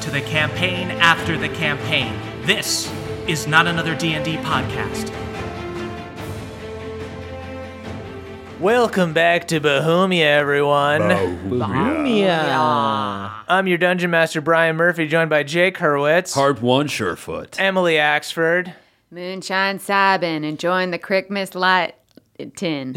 to the campaign after the campaign. This is not another D&D podcast. Welcome back to Bohemia, everyone. I'm your dungeon master, Brian Murphy, joined by Jake Hurwitz, Part one, Surefoot. Emily Axford, Moonshine Sabin enjoying the Crickmas light tin.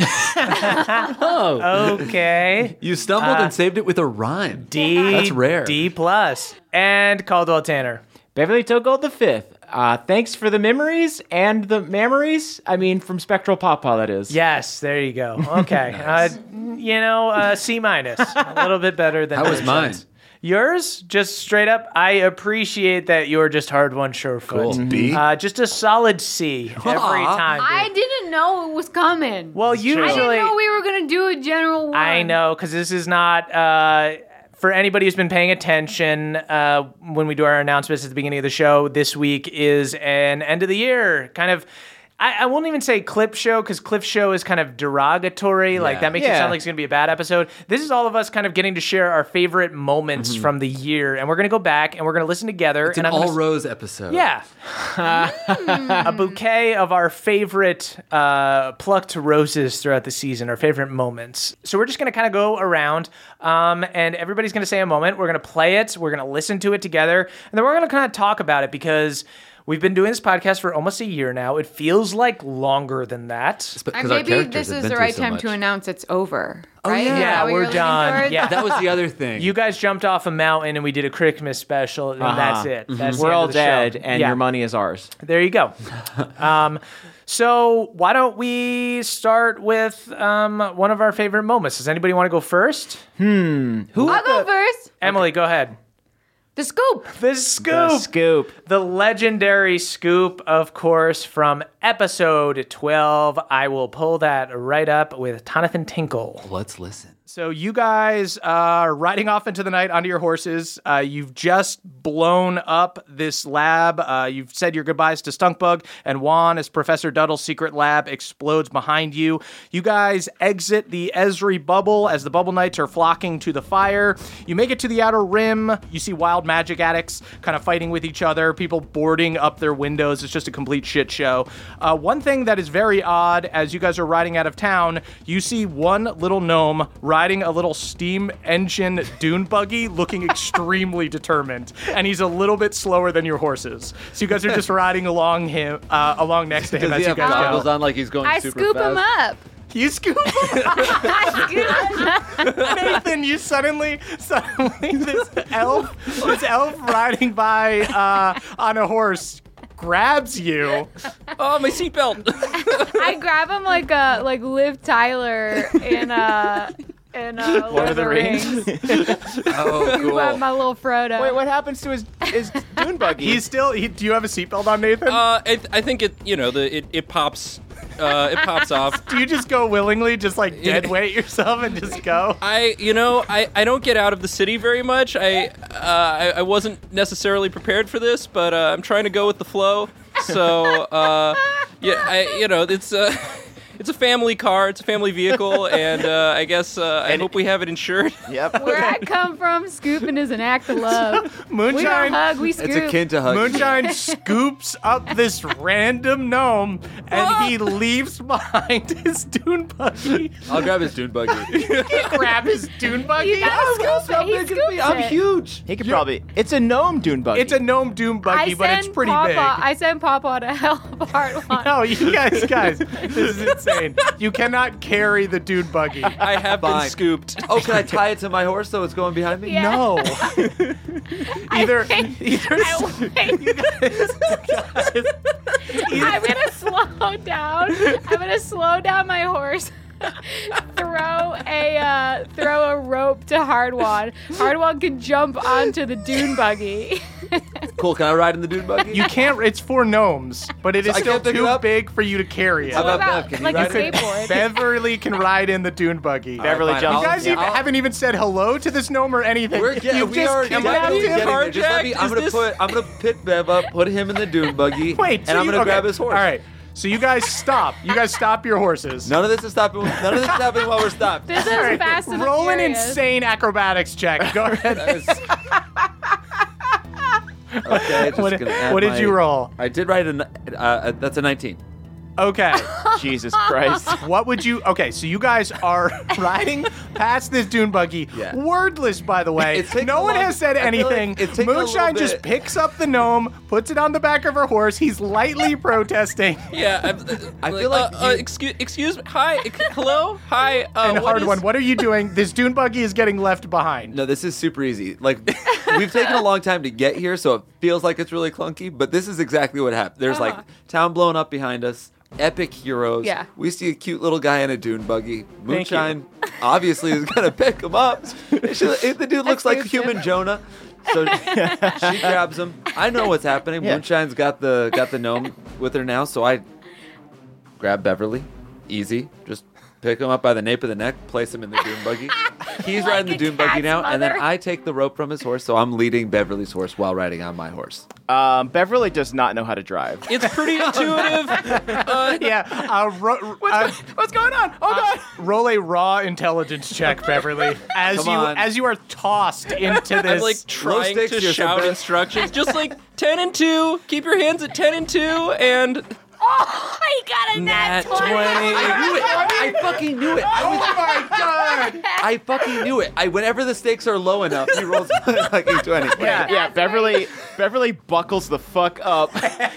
okay, Uh, You stumbled and saved it with a rhyme. D, That's rare. D plus, and Caldwell Tanner. Beverly Togold the fifth. Uh, thanks for the memories and the memories. I mean, from Spectral Pawpaw, that is. Yes, there you go. Okay, uh, you know, uh, C minus, a little bit better than That was mine. Moonshine's. Yours, just straight up. I appreciate that you're just hard one, Surefoot. Cool. B. Uh, just a solid C every Aw. time. dude. I didn't know it was coming. well, I usually didn't know we were gonna do a general one. I know because this is not uh, for anybody who's been paying attention. Uh, when we do our announcements at the beginning of the show, this week is an end of the year kind of. I, I won't even say clip show because clip show is kind of derogatory. Like that makes it Yeah. sound like it's going to be a bad episode. This is all of us kind of getting to share our favorite moments from the year, and we're going to go back and we're going to listen together. Mm-hmm. It's and an I'm gonna all s- rose episode. yeah. a bouquet of our favorite uh, plucked roses throughout the season, our favorite moments. So we're just going to kind of go around um, and everybody's going to say a moment. We're going to play it, we're going to listen to it together, and then we're going to kind of talk about it because we've been doing this podcast for almost a year now. It feels like longer than that. And Because our maybe characters this have been is the through right so time much. to announce it's over. Oh, Right? yeah. Is that Oh, Yeah, what we're you're done. leaning towards? Yeah. That was the other thing. You guys jumped off a mountain and we did a Christmas special, and that's it. That's the We're end all of the show. dead, and Yeah. your money is ours. There you go. um, so why don't we start with um, one of our favorite moments? Does anybody want to go first? hmm. Uh, I'll go first. Emily, go ahead. The scoop. The scoop, The the, scoop. legendary scoop, of course, from episode twelve. I will pull that right up with Tonathan Tinkle. Let's listen. So you guys are riding off into the night onto your horses. Uh, you've just blown up this lab. Uh, you've said your goodbyes to Stunkbug and Juan as Professor Duddle's secret lab explodes behind you. You guys exit the Esri bubble as the bubble knights are flocking to the fire. You make it to the outer rim. You see wild magic addicts kind of fighting with each other, people boarding up their windows. It's just a complete shit show. Uh, one thing that is very odd as you guys are riding out of town, you see one little gnome riding a little steam engine dune buggy looking extremely determined. And he's a little bit slower than your horses. So you guys are just riding along him, uh, along next to him Does as he you have guys goggles go. on like he's going I super scoop fast? him up. You scoop him up, I scoop him up. Nathan. You suddenly, suddenly, this elf, this elf riding by uh, on a horse grabs you. Oh, my seatbelt. I grab him like a like Liv Tyler in uh in uh, Lord, of the, Rings. Oh, Grab cool. my little Frodo. Wait, what happens to his his dune buggy? He's still. He, do you have a seatbelt on, Nathan? Uh, I, th- I think it, you know, the it, it pops Uh, it pops off. Do you just go willingly, just like dead weight yourself and just go? I, you know, I, I don't get out of the city very much. I, uh, I, I wasn't necessarily prepared for this, but uh, I'm trying to go with the flow. So, uh, yeah, I, you know, it's a, it's a family car, it's a family vehicle, and uh, I guess uh, I hope we have it insured. Yep. Where I come from, scooping is an act of love. we don't Moonshine. hug, we scoop. It's akin to hug. Moonshine scoops up this random gnome and he leaves behind his dune buggy. I'll grab his dune buggy. Grab his dune buggy. You gotta scoop it. He Look at scoops me, I'm it. huge. He could probably. It's a gnome dune buggy. It's a gnome dune buggy, I but it's send pretty Papa, big. I send Papa to help Art one. no, you guys, guys, this is insane. You cannot carry the dune buggy. I have Fine. been scooped. Oh, can I tie it to my horse so it's going behind me? Yeah. No. either, think- either, I, am gonna slow down. I'm gonna slow down my horse. throw a uh, throw a rope to Hardwon. Hardwon can jump onto the dune buggy. Cool. Can I ride in the dune buggy? you can't. It's for gnomes, but it is I still can't pick it too up? big for you to carry it. How what about about Bev? Can you like a ride it? skateboard? Beverly can ride in the dune buggy. Beverly Fine, jumps. You guys yeah, even, I'll- haven't even said hello to this gnome or anything. We're yeah, you we just are. kidnapped I I'm, being him. getting there. Just let me, carjacked? I'm Is gonna this- put. I'm gonna pit Bev up, put him in the dune buggy, Wait, and so I'm you- gonna okay. grab his horse. All right. So you guys stop. You guys stop your horses. None of this is stopping. None of this is happening while we're stopped. This is fast and the Roll an Furious. insane acrobatics check. Go ahead. okay, just what gonna add what did my- you roll? I did write a. n- Uh, uh, that's a 19. Okay. Jesus Christ. What would you? Okay, so you guys are riding past this dune buggy, Yeah. wordless, by the way. It's taking no a one long- has said I feel like anything. it's taking a Moonshine little just bit. picks up the gnome, puts it on the back of her horse. He's lightly protesting, Yeah, I'm, I feel like uh, uh, you- excuse, excuse me. Hi, ex- hello, hi. Uh, and what hard is- one. What are you doing? This dune buggy is getting left behind. No, this is super easy. Like we've taken a long time to get here, so it feels like it's really clunky. But this is exactly what happened. There's like town blown up behind us. Epic heroes. Uh-huh. Yeah. We see a cute little guy in a dune buggy. Moonshine obviously is gonna pick him up. She- the dude looks like Excuse human him. Jonah. So she grabs him. I know what's happening. Yeah. Moonshine's got the got the gnome with her now, so I grab Beverly. Easy. Just pick him up by the nape of the neck, place him in the dune buggy. He's Like riding the a dune buggy cat's now, and then mother. I take the rope from his horse, so I'm leading Beverly's horse while riding on my horse. Um, Beverly does not know how to drive. It's pretty intuitive. Uh, Yeah. Uh, ro- what's, what's going on? Oh god! roll a raw intelligence check, Beverly, as Come you on. as you are tossed into this. I'm like trying stakes to here, so shout better- instructions, just like ten and two. Keep your hands at ten and two, and Oh, I got a nat nat, I 20. knew it! I fucking knew it! I was, oh my god! I fucking knew it! I whenever the stakes are low enough, he rolls a fucking twenty. yeah, Beverly Beverly buckles the fuck up,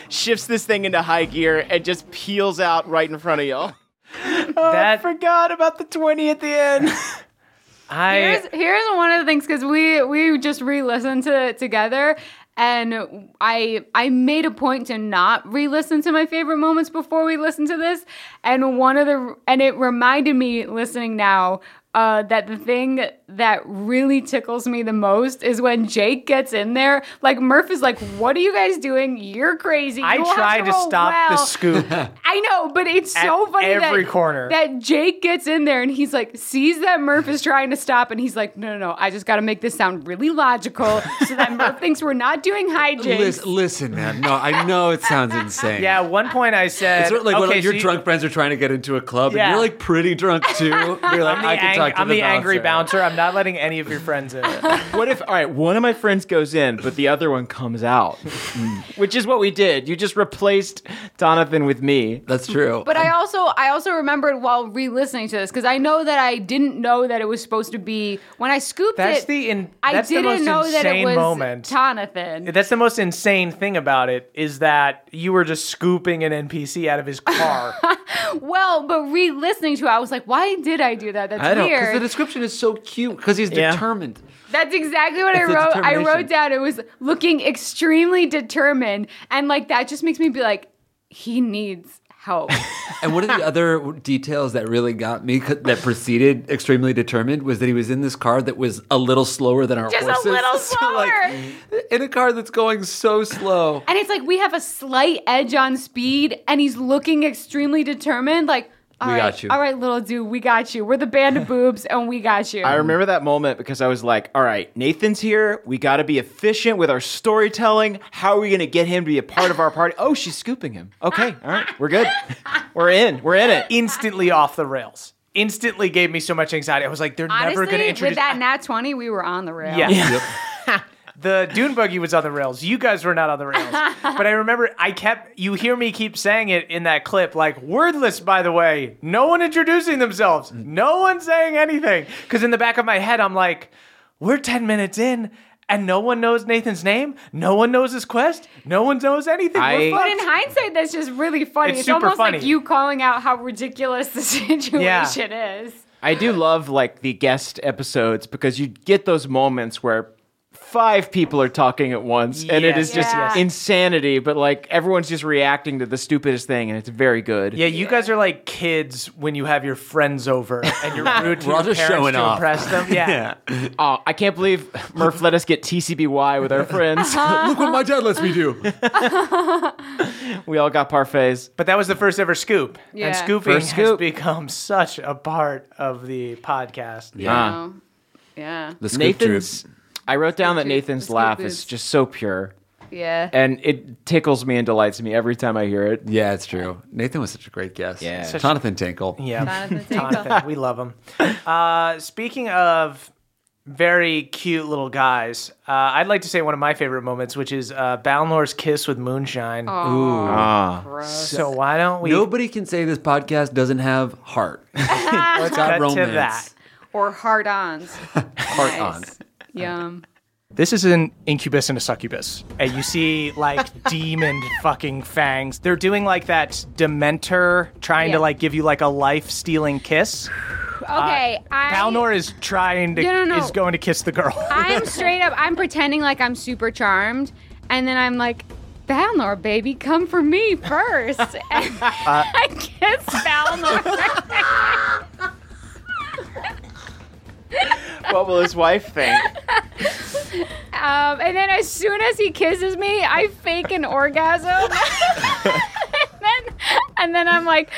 shifts this thing into high gear, and just peels out right in front of y'all. That- forgot about the 20 at the end. I Here's here's one of the things because we we just re-listened to it together, and I I made a point to not re-listen to my favorite moments before we listened to this, and one of the and it reminded me listening now. Uh, that the thing that really tickles me the most is when Jake gets in there. Like Murph is like, "What are you guys doing? You're crazy." I You all try have to, roll stop the well." scoop. I know, but it's so funny every that, corner. that Jake gets in there and he's like sees that Murph is trying to stop, and he's like, no, no, no, I just got to make this sound really logical so that Murph thinks we're not doing hijinks. Lis- Listen, man. No, I know it sounds insane. At one point, I said, It's sort of like when okay, your so you- drunk friends are trying to get into a club, Yeah. and you're like pretty drunk too. You're like, I'm the, I can ang- talk to I'm the angry bouncer. bouncer. I'm not letting any of your friends in. What if, all right, one of my friends goes in, but the other one comes out? Which is what we did. You just replaced Donovan with me. That's true. But I also I also remembered while re-listening to this because I know that I didn't know that it was supposed to be when I scooped That's it. the in- I that's the didn't most know that it insane was moment. Jonathan. That's the most insane thing about it is that you were just scooping an NPC out of his car. Well, but re-listening to it, I was like, why did I do that? That's I don't because weird. the description is so cute because he's Yeah. determined. That's exactly what It's I a wrote. I determination. wrote down it was looking extremely determined. And like that just makes me be like, he needs help. And one of the other details that really got me c- that preceded extremely determined was that he was in this car that was a little slower than our Just a horses. little So, like, in a car that's going so slow. and it's like we have a slight edge on speed, and he's looking extremely determined. Like, all We right, got you. all right, little dude, we got you. We're the band of boobs, and we got you. I remember that moment because I was like, all right, Nathan's here. We got to be efficient with our storytelling. How are we going to get him to be a part of our party? Oh, she's scooping him. Okay, all right, we're good. We're in. We're in it. instantly off the rails. Instantly gave me so much anxiety. I was like, they're never Honestly, going to with introduce. that nat twenty, we were on the rail. yeah. the dune buggy was on the rails. You guys were not on the rails. but I remember I kept. You hear me keep saying it in that clip, like wordless. By the way, no one introducing themselves. No one saying anything. Because in the back of my head, I'm like, we're ten minutes in. And no one knows Nathan's name. No one knows his quest. No one knows anything. We're I- But fucked. in hindsight, that's just really funny. It's It's, super almost funny. like you calling out how ridiculous the situation is. I do love like the guest episodes because you get those moments where five people are talking at once and it Yes, is just yes. insanity, but like everyone's just reacting to the stupidest thing and it's very good. Yeah, you guys are like kids when you have your friends over and you're rude to We're all your just parents showing to off. impress them. Yeah. Oh, I can't believe Murph let us get TCBY with our friends. Look what my dad lets me do. we all got parfaits. But that was the first ever scoop. Yeah. And scooping First scoop. has become such a part of the podcast. Yeah. Ah. Oh, yeah, The scoop troop. Nathan's. I wrote down that Scoop Nathan's scoop laugh boots. is just so pure, yeah. and it tickles me and delights me every time I hear it. Yeah, it's true. Nathan was such a great guest. Yeah. Such- Jonathan Tinkle. Jonathan, we love him. Uh, speaking of very cute little guys, uh, I'd like to say one of my favorite moments, which is uh, Balnor's kiss with Moonshine. Oh, Ah, gross. So why don't we Nobody can say this podcast doesn't have heart. let's cut to romance. that? or hard-ons. Heart on. Yum. This is an incubus and a succubus. And you see like demon fucking fangs. They're doing like that dementor trying Yeah. to like give you like a life stealing kiss. Okay, I. Balnor is trying to No, no, no. is going to kiss the girl. I'm straight up. I'm pretending like I'm super charmed, and then I'm like, Balnor, baby, come for me first. And Uh, I kiss Balnor. what will his wife think? um, and then as soon as he kisses me, I fake an orgasm. And then- And then I'm like,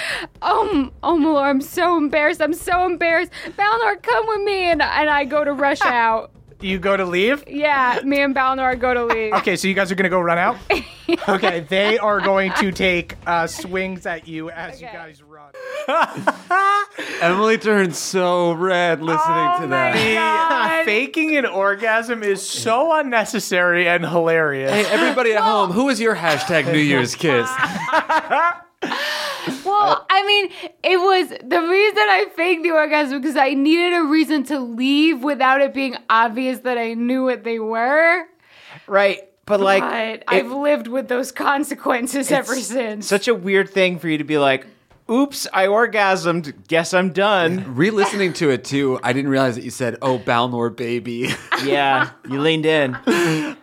oh, m- oh, my lord, I'm so embarrassed. I'm so embarrassed. Balnor, come with me. And, and I go to rush out. you go to leave? Yeah, me and Balnor go to leave. Okay, so you guys are going to go run out? okay, they are going to take uh, swings at you as you Okay. guys run. Emily turned so red listening Oh to that. Faking an orgasm is so unnecessary and hilarious. Hey, everybody at home, who is your hashtag New Year's kiss? uh, Well, I mean, it was the reason I faked the orgasm because I needed a reason to leave without it being obvious that I knew what they were. Right, but But like, I've it- lived with those consequences ever since. such a weird thing for you to be like, "Oops, I orgasmed. Guess I'm done." Re listening to it too, I didn't realize that you said, oh, Balnor baby. yeah, you leaned in.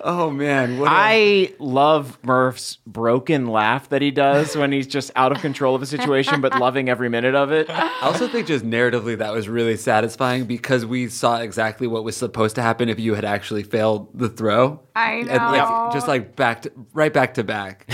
oh, man. What a- I love Murph's broken laugh that he does when he's just out of control of a situation, but loving every minute of it. I also think just narratively that was really satisfying because we saw exactly what was supposed to happen if you had actually failed the throw. I know. And like just like back to right back to back.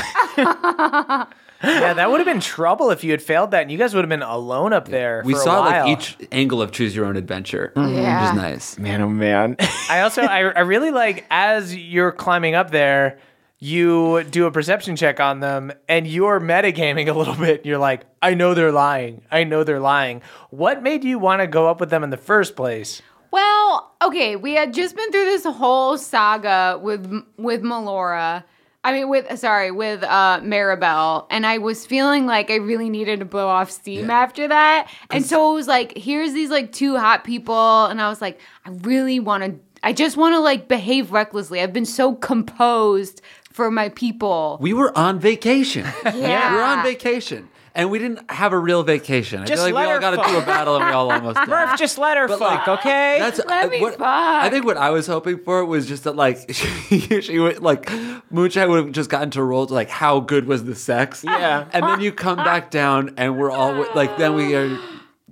Yeah, that would have been trouble if you had failed that, and you guys would have been alone up there. We for a saw while. like each angle of choose your own adventure, Yeah. which is nice. Man, oh man. I also, I, I really like as you're climbing up there, you do a perception check on them, and you're metagaming a little bit. You're like, I know they're lying. I know they're lying. What made you want to go up with them in the first place? Well, okay, we had just been through this whole saga with with Melora. I mean, with sorry, with uh, Maribel, and I was feeling like I really needed to blow off steam after that, and so it was like, here's these like two hot people, and I was like, I really want to, I just want to like behave recklessly. I've been so composed for my people. We were on vacation. Yeah. We're on vacation. and we didn't have a real vacation. I Just feel like we let all got her fuck. to do a battle and we all almost died. Murph, just let her But, like, fuck, okay? That's Let I, me what, fuck. I think what I was hoping for was just that, like, she, she would like Moonshine would have just gotten to roll to like how good was the sex, Yeah. and then you come back down and we're all like, then we are,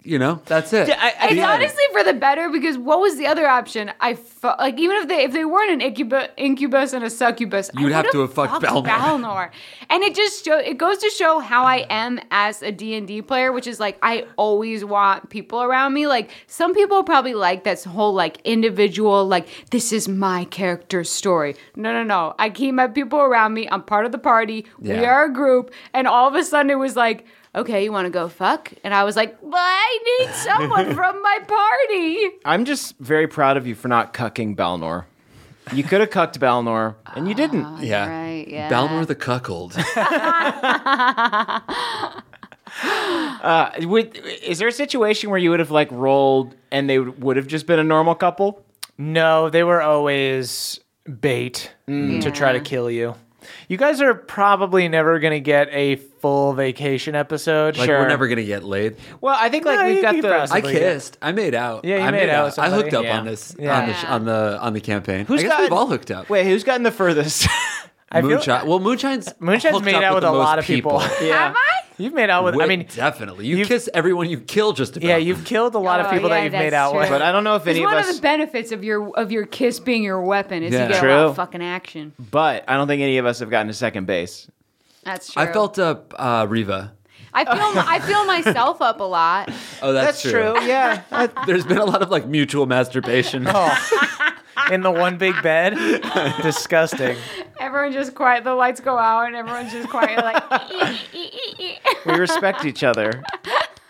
you know, that's it. Yeah, I- I- It's Yeah. honestly for the better because what was the other option? I felt like even if they if they weren't an incubus, incubus and a succubus, I You'd have would've to have fucked Balnor. Balnor. and it just show it goes to show how I am as a D and D player, which is like I always want people around me. Like some people probably like this whole like individual, like this is my character's story. No, no, no. I keep my people around me. I'm part of the party. We Yeah. are a group, and all of a sudden it was like. Okay, you want to go fuck? And I was like, "Well, I need someone from my party." I'm just very proud of you for not cucking Balnor. You could have cucked Balnor, and you didn't. yeah, Ah, Oh, Right, yeah. Balnor the cuckold. Would, Uh, is there a situation where you would have like rolled and they would have just been a normal couple? No, they were always bait Mm. to try to Yeah. kill you. You guys are probably never going to get a full vacation episode. Like sure. we're never gonna get laid. Well, I think like No, we've you got could the. I possibly- Somebody- kissed. I made out. Yeah, you I made out with I somebody. hooked up Yeah. on this Yeah. on, the, sh- on the on the campaign. I guess got- we've all hooked up. Wait, who's gotten the furthest? I feel- Moonshine. well, Moonshine's Moonshine's hooked made up out with the a most lot of people. yeah. Am I? You've made out with. I Wait, mean, definitely. You you've- kiss everyone you kill just about. yeah, you've killed a lot of Oh, people yeah, that you've made that's out with. true. But I don't know if It's any of one us. of the benefits of your of your kiss being your weapon is you Yeah. get a lot True. of fucking action. but I don't think any of us have gotten to second base. That's true. I felt up uh, Riva. I feel my, I feel myself up a lot. Oh, that's, Yeah. There's been a lot of like mutual masturbation. Oh. in the one big bed. Disgusting. Everyone just quiet. The lights go out, and everyone's just quiet. Like, "Ee, ee, ee, ee, ee." we respect each other.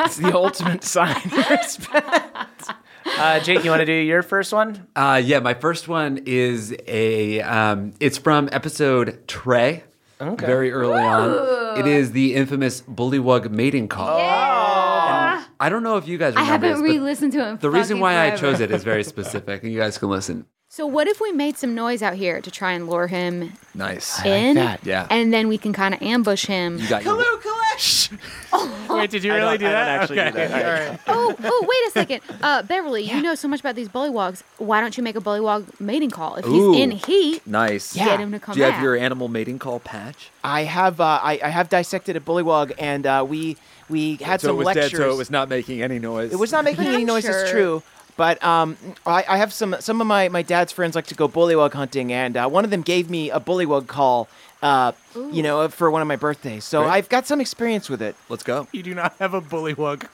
It's the ultimate sign. of respect. Uh, Jake, you want to do your first one? Uh, yeah, my first one is a. Um, it's from episode Trey. Okay. Very early on, it is the infamous Bullywug mating call. And I don't know if you guys I remember haven't this, but re-listened to it. in the reason fucking why I forever. chose it is very specific, and you guys can listen. So what if we made some noise out here to try and lure him Nice. in? that, yeah. And then we can kind of ambush him. You got your- Wait, did you really do I don't that? actually do that. All right. oh, oh, wait a second. Uh, Beverly, you know so much about these bullywogs. Why don't you make a bullywog mating call? If he's Ooh. in heat, Nice. Get him to come Do you have back. your animal mating call patch? I have uh, I, I have dissected a bullywog, and uh, we we had some lectures. not making any noise. It was not making any I'm noise. It's sure. true. But um, I, I have some some of my, my dad's friends like to go bullywug hunting, and uh, one of them gave me a bullywug call, uh, you know, for one of my birthdays. So Great. I've got some experience with it. Let's go. You do not have a bullywug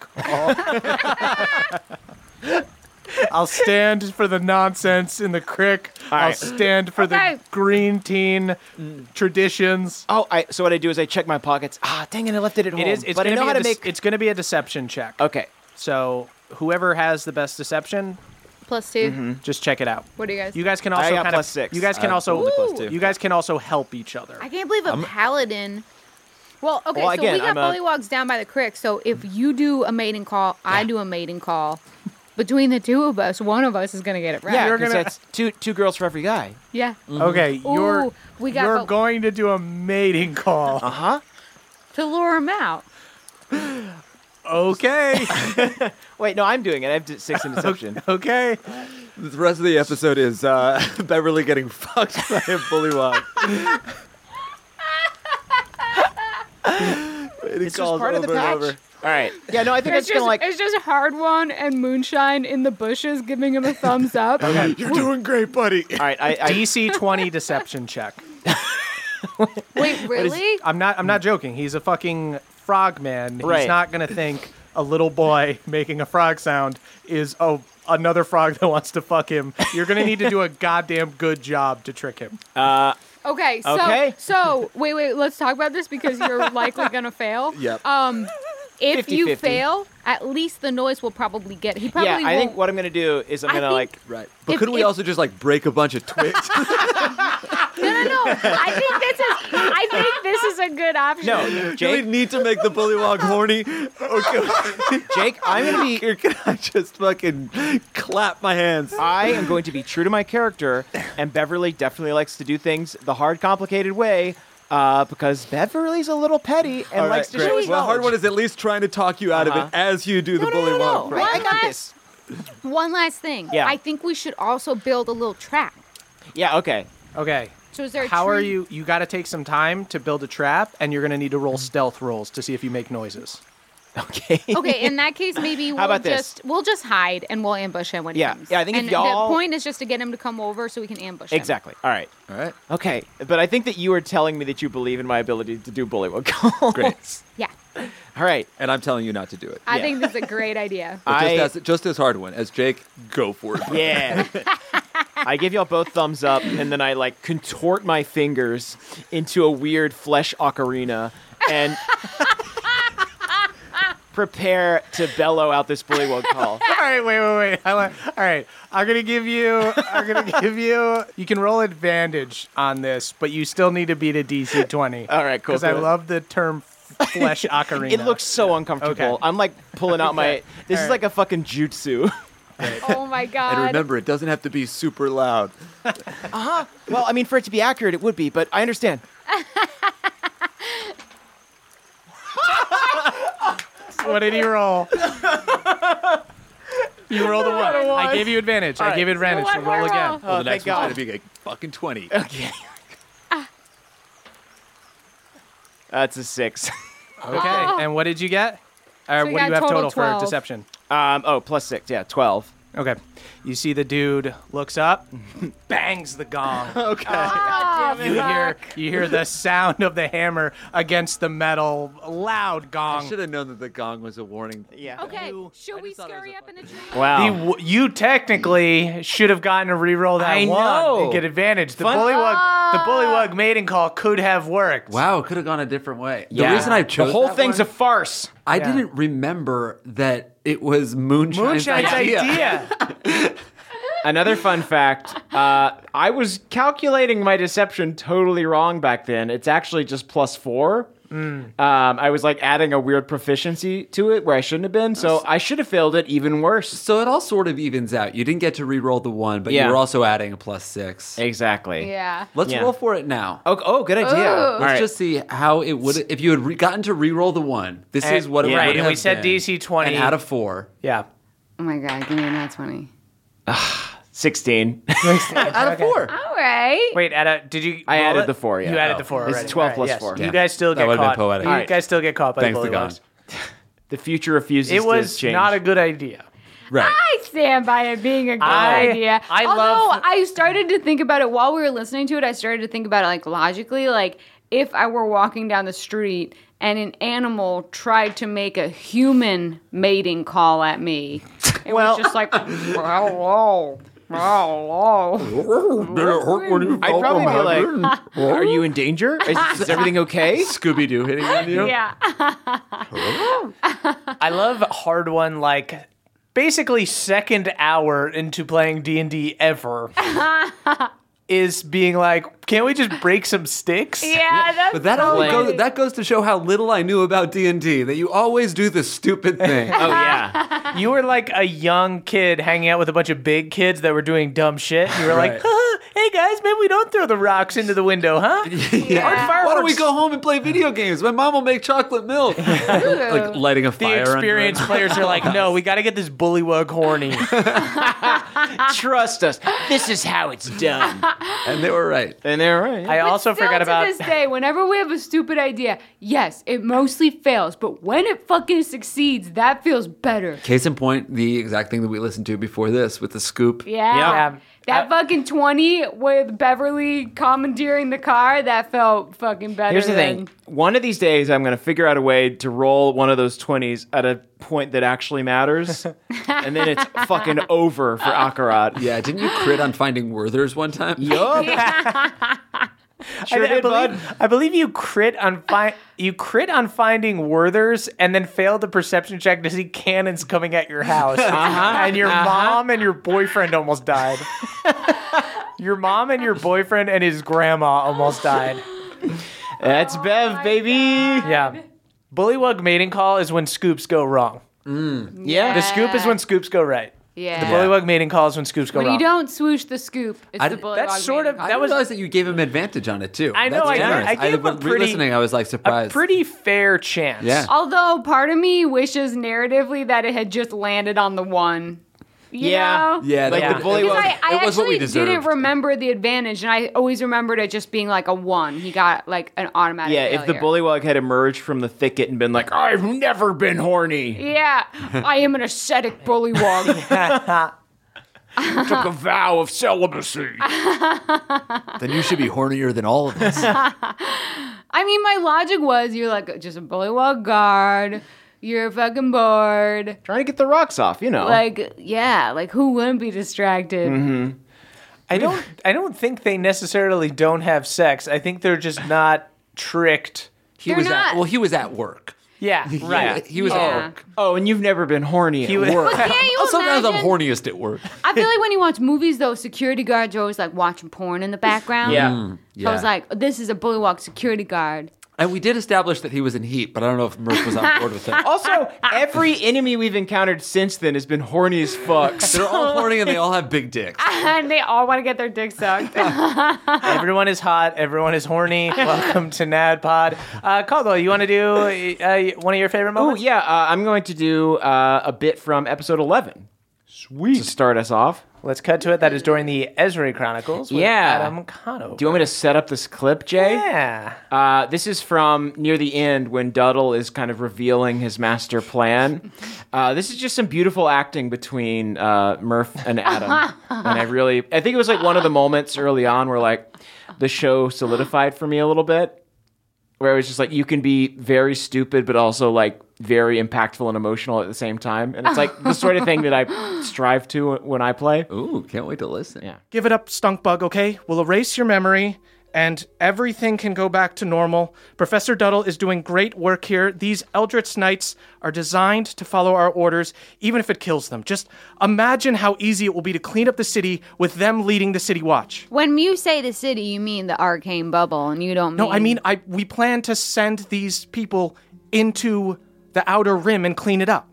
call. I'll stand for the nonsense in the crick. I'll right. stand for Okay. the green teen traditions. Oh, I, so what I do is I check my pockets. Ah, dang it, I left it at home. It is. It's but I gonna know be how a to dec- make. It's going to be a deception check. Okay, So whoever has the best deception, plus 2 Mm-hmm. just check it out. What do you guys? You guys can I also got kind plus of. six. You guys can I also. rolled a plus two. You guys can also help each other. I can't believe a paladin. Well, okay, Well, so again, we got I'm a- bullywogs down by the crick. So if you do a mating call, I do a mating call. Between the two of us, one of us is gonna get it right. yeah, You're because gonna- that's two two girls for every guy. yeah. Mm-hmm. Okay, you're Ooh, we got you're both. going to do a mating call. Uh huh. To lure him out. Okay, Wait, no, I'm doing it. I have d- six in deception. okay. The rest of the episode is uh, Beverly getting fucked by a bullywog. This was part of the patch. All right. Yeah, no, I think It's it's just, gonna like. it's just hard one and moonshine in the bushes giving him a thumbs up. You're doing great, buddy. All right, I, I DC twenty deception check. Wait, really? I'm not. I'm not joking. He's a fucking frogman. Right. He's not gonna think a little boy making a frog sound is oh another frog that wants to fuck him. You're gonna need to do a goddamn good job to trick him. Uh, Okay, so Okay. so wait, wait, let's talk about this because you're likely gonna fail. Yep. Um if you 50-50. fail, at least the noise will probably get he probably yeah, I won't think what I'm gonna do is I'm I gonna think- like. right. But If- couldn't we if- also just like break a bunch of twigs? No, no, no. I think this is. I think this is a good option. No, Do we Jake. need to make the bullywog horny? Jake, I'm gonna be. Or can I just fucking clap my hands? I am going to be true to my character, and Beverly definitely likes to do things the hard, complicated way. uh, because Beverly's a little petty and likes to show his Well, hard knowledge. one is at least trying to talk you out of Uh-huh. it as you do the no, bully no, no, walk. no. right? I got One this. One last thing. Yeah. I think we should also build a little trap. Yeah. Okay. Okay. So is there a How are tree- you? You got to take some time to build a trap, and you're going to need to roll stealth rolls to see if you make noises. Okay. Okay, in that case, maybe we'll about this? just we'll just hide and we'll ambush him when Yeah. he comes. Yeah, I think if and y'all- the point is just to get him to come over so we can ambush him. Exactly. All right. All right. Okay. But I think that you are telling me that you believe in my ability to do bullywug calls. Great. Yeah, All right. And I'm telling you not to do it. I Yeah. think this is a great idea. But I- just, as, just as hard one as Jake. Go for it. Yeah. I give y'all both thumbs up, and then I like contort my fingers into a weird flesh ocarina and prepare to bellow out this bullywug call. All right, wait, wait, wait. I want- All right, I'm going to give you. I'm going to give you. You can roll advantage on this, but you still need to beat a DC 20. All right, cool, Because I cool. love the term flesh ocarina. It looks so uncomfortable. Okay. I'm like pulling out my. This is All right. like a fucking jutsu. oh my god! And remember, it doesn't have to be super loud. well, I mean, for it to be accurate, it would be, but I understand. What did he roll? Oh. you rolled a one. I gave you advantage. I gave you advantage. So One more roll again. roll. Oh, the thank next one's God. gonna be like fucking twenty. Okay. That's a six. Okay. Oh. And what did you get? Uh, So we what do got you have total total, for 12. deception? Um, oh, plus six. Yeah, 12. Okay. You see the dude looks up, bangs the gong. Ah, You hear you hear the sound of the hammer against the metal, loud I gong. should have known that the gong was a warning. Yeah. Okay, I should we just thought it was scurry a up in a tree? The Wow. w- you technically should have gotten to reroll that I one know. and get advantage. The bullywug, the Ah. bullywug mating call could have worked. Wow, could have gone a different way. Yeah. The reason I chose the whole that thing's one, a farce. I didn't remember that it was Moonshine's, Moonshine's idea. Another fun fact: uh, I was calculating my deception totally wrong back then. It's actually just plus four. Mm. Um, I was like adding a weird proficiency to it where I shouldn't have been, so I should have failed it even worse. So it all sort of evens out. You didn't get to re-roll the one, but Yeah. you were also adding a plus six. Exactly. Yeah. Let's Yeah. roll for it now. Oh, oh good idea. Ooh. All Let's right. just see how it would if you had re- gotten to re-roll the one. This is what it yeah. would Right, and have we said been. DC 20. and out of four. yeah. Oh my god, give me that twenty. sixteen. Out of four. All right. Wait, add a, did you? I roll added it? the four, yeah. You added Oh. the four. It's already. 12 Alright, plus yes. four. Yeah. You guys still That get would've been caught. poetic. You Alright. guys still get caught by Thanks the to God. bullywugs. the future refuses. It to was change. not a good idea. Right. I stand by it being a good I- idea. I Although love- I started to think about it while we were listening to it, I started to think about it like logically, like if I were walking down the street and an animal tried to make a human mating call at me, it was just like, hello, hello. Did it hurt when you I'd probably be like, "Are you in danger? Is, is everything okay?" Scooby Doo hitting on you? Yeah. I love hard one like basically second hour into playing D&D ever is being like, "Can we just break some sticks?" Yeah, that's But that so only funny. goes, that goes to show how little I knew about D and D. That you always do this stupid thing. Oh yeah. You were like a young kid hanging out with a bunch of big kids that were doing dumb shit. You were like, Right. "Huh, "Hey guys, maybe we don't throw the rocks into the window, huh?" yeah. Why don't we fireworks- go home and play video games? My mom will make chocolate milk. like lighting a The fire. under experienced it. players are like, "No, we got to get this bullywug horny." Trust us. This is how it's done. and they were right. And they're right. I also Still forgot to about this day, whenever we have a stupid idea, yes, it mostly fails, but when it fucking succeeds, that feels better. Case in point, the exact thing that we listened to before this with the scoop. Yeah. Yeah. That fucking 20 with Beverly commandeering the car, that felt fucking better. Here's the than- thing. One of these days, I'm going to figure out a way to roll one of those 20s at a point that actually matters. and then it's fucking over for Akarat. Yeah, didn't you crit on finding Werther's one time? Yup. sure I, I did, bud. believe, I believe you crit on fi- you crit on finding Werthers and then failed the perception check to see cannons coming at your house, Uh-huh, and your mom and your boyfriend almost died. your mom and your boyfriend and his grandma almost died. That's Bev, baby. Yeah, bullywug mating call is when scoops go wrong. Yeah. The scoop is when scoops go right. Yeah. The bullywug mating calls when scoops go when wrong. you don't swoosh the scoop, it's I the d- bullywug. that's sort meeting. of I that didn't was realize that you gave him advantage on it too. I know, That's I did. generous. I gave him a but pretty- re-listening, I was like a surprised. pretty fair chance. Yeah. Although part of me wishes narratively that it had just landed on the one. You Yeah. Know? yeah, Like that- the bullywug- Because I, I it was what we actually didn't deserved. remember the advantage, and I always remembered it just being like a one. He got like an automatic. Yeah, if the failure. bullywug had emerged from the thicket and been like, I've never been horny, Yeah, I am an ascetic bullywog. took a vow of celibacy. then you should be hornier than all of us. I mean, my logic was you're like just a bullywog guard. You're fucking bored. Trying to get the rocks off, you know. Mm-hmm. Like, yeah, like who wouldn't be distracted? Mm-hmm. I don't I don't think they necessarily don't have sex. I think they're just not tricked. He They're was not- at well, he was at work. Yeah, He, he was at Yeah. work. oh, and you've never been horny at was- work. Can't you Sometimes I'm imagine? horniest at work. I feel like when you watch movies, though, security guards are always like watching porn in the background. Yeah. So I was Mm, yeah. like, this is a bullywog security guard. And we did establish that he was in heat, but I don't know if Murph was on board with that. also, every enemy we've encountered since then has been horny as fuck. They're all horny and they all have big dicks. and they all want to get their dick sucked. everyone is hot. Everyone is horny. Welcome to NADPod. Uh, Caldwell, you want to do uh, one of your favorite Oh moments? yeah, uh, I'm going to do uh, a bit from episode 11. Sweet. To start us off. Let's cut to it. That is during the Esri Chronicles. With Yeah. Adam Cano. Do you want me to set up this clip, Jay? yeah. Uh, this is from near the end when Duddle is kind of revealing his master plan. Uh, this is just some beautiful acting between uh, Murph and Adam, and I really, I think it was like one of the moments early on where like the show solidified for me a little bit, where it was just like you can be very stupid but also like very impactful and emotional at the same time, and it's like the sort of thing that I strive to when I play. Ooh, can't wait to listen. Yeah. Give it up, Stunk Bug, okay? We'll erase your memory and everything can go back to normal. Professor Duddle is doing great work here. These Eldritch Knights are designed to follow our orders, even if it kills them. Just imagine how easy it will be to clean up the city with them leading the city watch. when you say the city, you mean the arcane bubble, and you don't mean. No, I mean I we plan to send these people into the outer rim and clean it up.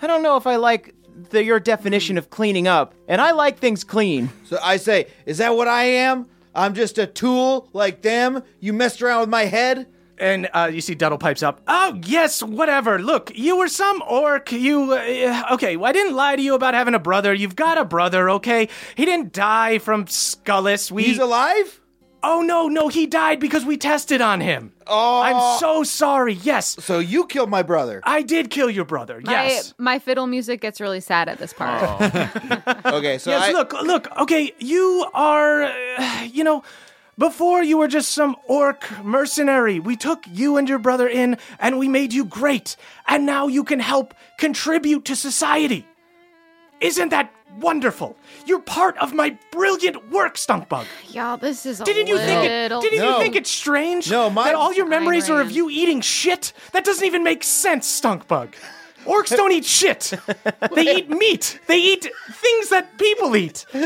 I don't know if I like the, your definition of cleaning up, and I like things clean. So I say, is that what I am? I'm just a tool like them. You messed around with my head. And uh, you see Duddle pipes up. Oh, yes, whatever. Look, you were some orc. You. Uh, okay, well, I didn't lie to you about having a brother. You've got a brother, okay? He didn't die from Skullus. We. He's alive. oh, no, no, he died because we tested on him. Oh. I'm so sorry. Yes, So you killed my brother. I did kill your brother. My, Yes. my fiddle music gets really sad at this part. Okay, so Yes, I, look, look, okay, you are, uh, you know, before you were just some orc mercenary. We took you and your brother in and we made you great. And now you can help contribute to society. Isn't that wonderful? You're part of my brilliant work, Stunk Bug. Y'all, this is a Didn't you think it, little- didn't No. you think it's strange No, my- that all your memories are of Iran. you eating shit? That doesn't even make sense, Stunk Bug. Orcs don't eat shit. They eat meat. They eat things that people eat. How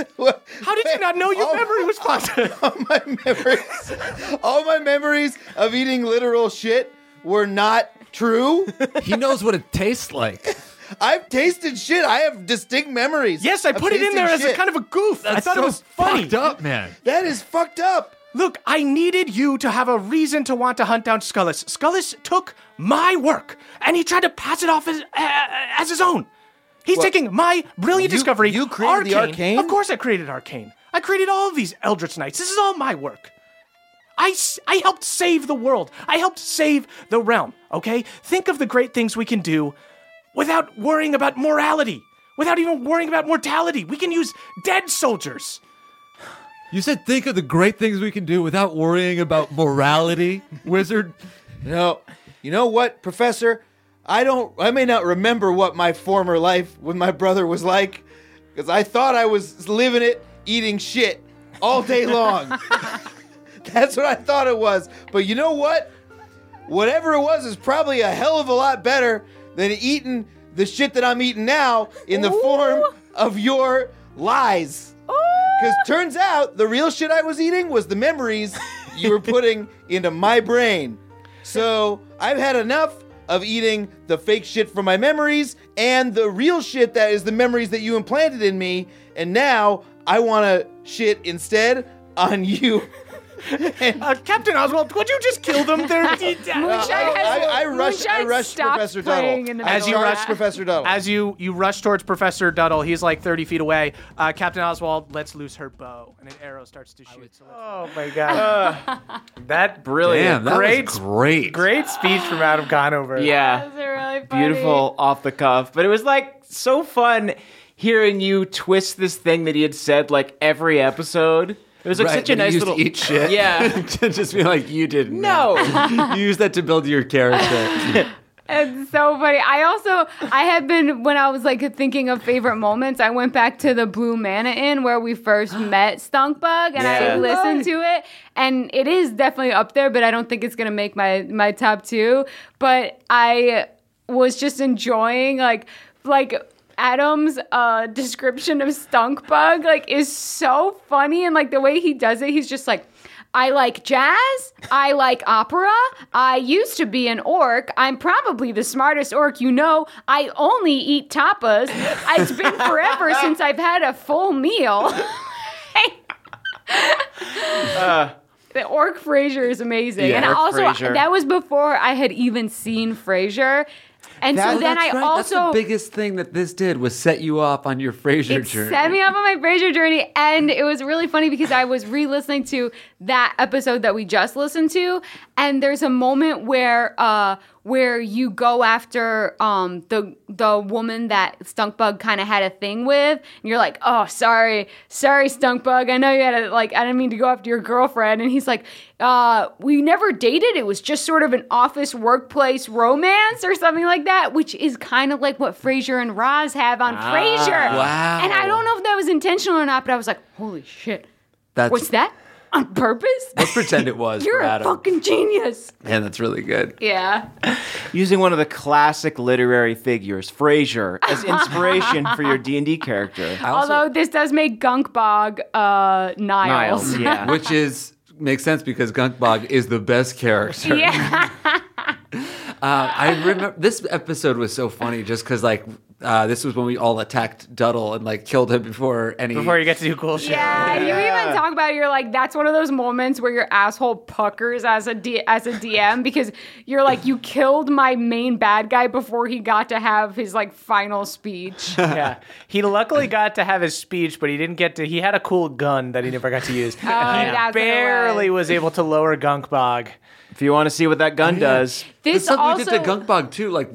did you not know your Oh. memory was positive? all my memories, all my memories of eating literal shit were not true. He knows what it tastes like. I've tasted shit. I have distinct memories. yes, I of put it in tasting there as a shit. kind of a goof. I thought it was funny. Fucked up, man. That is fucked up. Look, I needed you to have a reason to want to hunt down Skullus. Skullus took my work and he tried to pass it off as, uh, as his own. He's taking my brilliant you- discovery. you created the Arcane? Of course, I created Arcane. I created all of these Eldritch Knights. This is all my work. I, s- I helped save the world. I helped save the realm, okay? Think of the great things we can do without worrying about morality, without even worrying about mortality. We can use dead soldiers. You said think of the great things we can do without worrying about morality, wizard. No, you know what, Professor? I don't. I may not remember what my former life with my brother was like, because I thought I was living it, eating shit all day long. That's what I thought it was. But you know what? Whatever it was is probably a hell of a lot better than eating the shit that I'm eating now in the form of your lies. Because turns out the real shit I was eating was the memories you were putting into my brain. So I've had enough. of eating the fake shit from my memories and the real shit that is the memories that you implanted in me. And now I want to shit instead on you. And Uh, Captain Oswald, would you just kill them? They're I, Moonshine has- I, I rushed, I Moonshine rushed stopped Professor playing Duddle. in the I middle of rushed that. Professor Duddle. As you you rush towards Professor Duddle, he's like 30 feet away. Uh, Captain Oswald lets loose her bow, and an arrow starts to shoot. So let's- Oh my god. Uh. that Damn, brilliant. that great was great. great speech from Adam Conover. Yeah. Those are really funny. Beautiful off the cuff. But it was like so fun hearing you twist this thing that he had said like every episode. It was like Right, such a that nice you used little to eat shit. Yeah. to just be like you didn't. No. you use that to build your character. It's so funny. I also I had been when I was like thinking of favorite moments. I went back to the Blue Mana Inn where we first met Stunkbug, and Yeah. I listened to it, and it is definitely up there. But I don't think it's gonna make my my top two. But I was just enjoying like like. Adam's uh, description of Stunkbug like is so funny and like the way he does it, he's just like, I like jazz. I like opera. I used to be an orc. I'm probably the smartest orc you know. I only eat tapas. It's been forever since I've had a full meal. the orc Frasier is amazing. Yeah, and Orc also, Frasier. that was before I had even seen Frasier. And so then I That's the also biggest thing that this did was set you off on your Frasier it journey. set me off on my Frasier journey, and it was really funny because I was re-listening to that episode that we just listened to, and there's a moment where uh, where you go after um, the the woman that Stunkbug kind of had a thing with, and you're like, oh, sorry, sorry, Stunkbug, I know you had a like, I didn't mean to go after your girlfriend, and he's like, uh, we never dated. It was just sort of an office workplace romance or something like that, which is kind of like what Frasier and Roz have on Frasier. Ah, Wow. And I don't know if that was intentional or not, but I was like, holy shit. That's, What's that? On purpose? Let's pretend it was. You're for a Adam. fucking genius. Man, that's really good. Yeah. Using one of the classic literary figures, Frasier, as inspiration for your D&D character. I also- Although this does make Gunkbog uh, Niles. Niles, yeah. which is makes sense because Gunkbog is the best character. Yeah. Uh, I remember this episode was so funny just because like uh, this was when we all attacked Duddle and like killed him before any. Before you get to do cool shit. Yeah, you even talk about it, you're like that's one of those moments where your asshole puckers as a D- as a DM because you're like you killed my main bad guy before he got to have his like final speech. yeah. He luckily got to have his speech, but he didn't get to. He had a cool gun that he never got to Oh, use. he that's what it barely was. able to lower Gunkbog. If you want to see what that gun does, That's This something also we did to Gunkbog too, like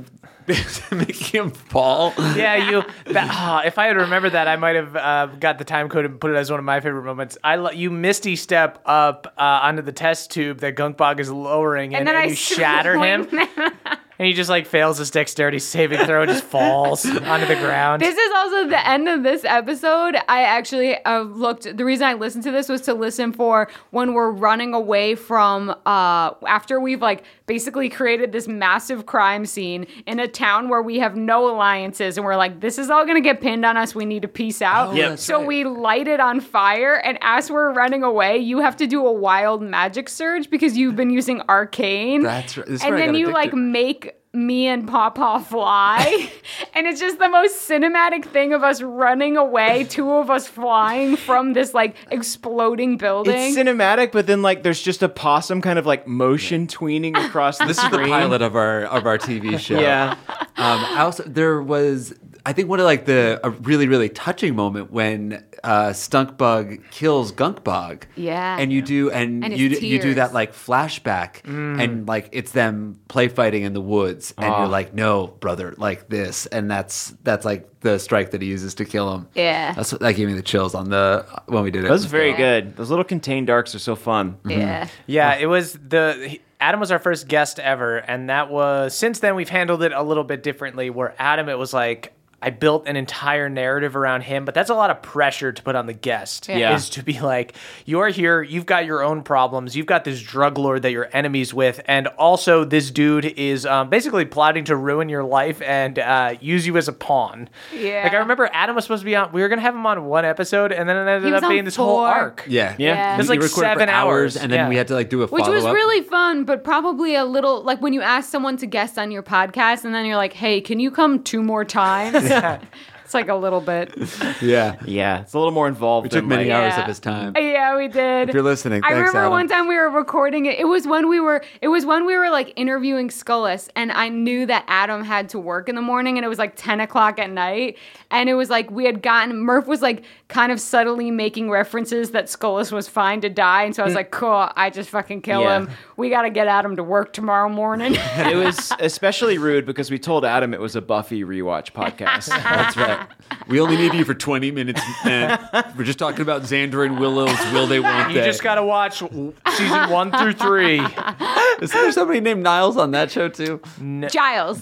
making him fall. Yeah, you. That, ah, if I had remembered that, I might have uh, got the time code and put it as one of my favorite moments. I lo- you misty step up uh, onto the test tube that Gunkbog is lowering, in, and, then I you shatter him, and he just like fails his dexterity saving throw and just falls onto the ground. This is also the end of this episode. I actually uh, looked. The reason I listened to this was to listen for when we're running away from uh, after we've like basically created this massive crime scene in a town where we have no alliances, and we're like, this is all gonna get pinned on us. We need to peace out. Yep. Oh, that's So right. we light it on fire, and as we're running away, you have to do a wild magic surge because you've been using arcane. That's right. This is and where I then got you like addicted. make me and Papa fly. and it's just the most cinematic thing of us running away, two of us flying from this like exploding building. it's cinematic, but then like there's just a possum kind of like motion tweening across the This is screen. the pilot of our of our TV show. Yeah. Um, I also there was I think one of like the a really really touching moment when uh, Stunkbug kills Gunkbug. Yeah. And you do and, And you his d- you do tears. that like flashback Mm. and like it's them play fighting in the woods and Ah. you're like no brother like this and that's that's like the strike that he uses to kill him. Yeah. That's that gave me the chills on the when we did it. That was very good. Those little contained arcs are so fun. yeah. Yeah, it was the he- Adam was our first guest ever, and that was since then we've handled it a little bit differently. Where Adam, it was like I built an entire narrative around him, but that's a lot of pressure to put on the guest. Yeah. Is to be like, you're here, you've got your own problems, you've got this drug lord that you're enemies with, and also this dude is um, basically plotting to ruin your life and uh, use you as a pawn. Yeah. Like I remember Adam was supposed to be on, we were going to have him on one episode, and then it ended He was up being on this whole four. arc. Yeah. Yeah. It's We- we like recorded for seven hours, and then yeah. we had to like do a Which follow was up. really fun, but probably a little like when you ask someone to guest on your podcast and then you're like, hey, can you come two more times? it's like a little bit. yeah. Yeah, it's a little more involved. We took than, many like- hours Yeah. of his time. Yeah, we did. If you're listening, I thanks, remember Adam. one time we were recording it. It was when we were it was when we were like interviewing Scullis, and I knew that Adam had to work in the morning, and it was like ten o'clock at night, and it was like we had gotten Murph was like kind of subtly making references that Scullis was fine to die, and so I Mm. was like, cool, I just fucking kill Yeah. him. We got to get Adam to work tomorrow morning. it was especially rude because we told Adam it was a Buffy rewatch podcast. That's right. We only need you for 20 minutes. And we're just talking about Xander and Willow's Will They Won't You They. just got to watch w- Ah, season one through three. Is there somebody named Niles on that show too? Giles. Giles,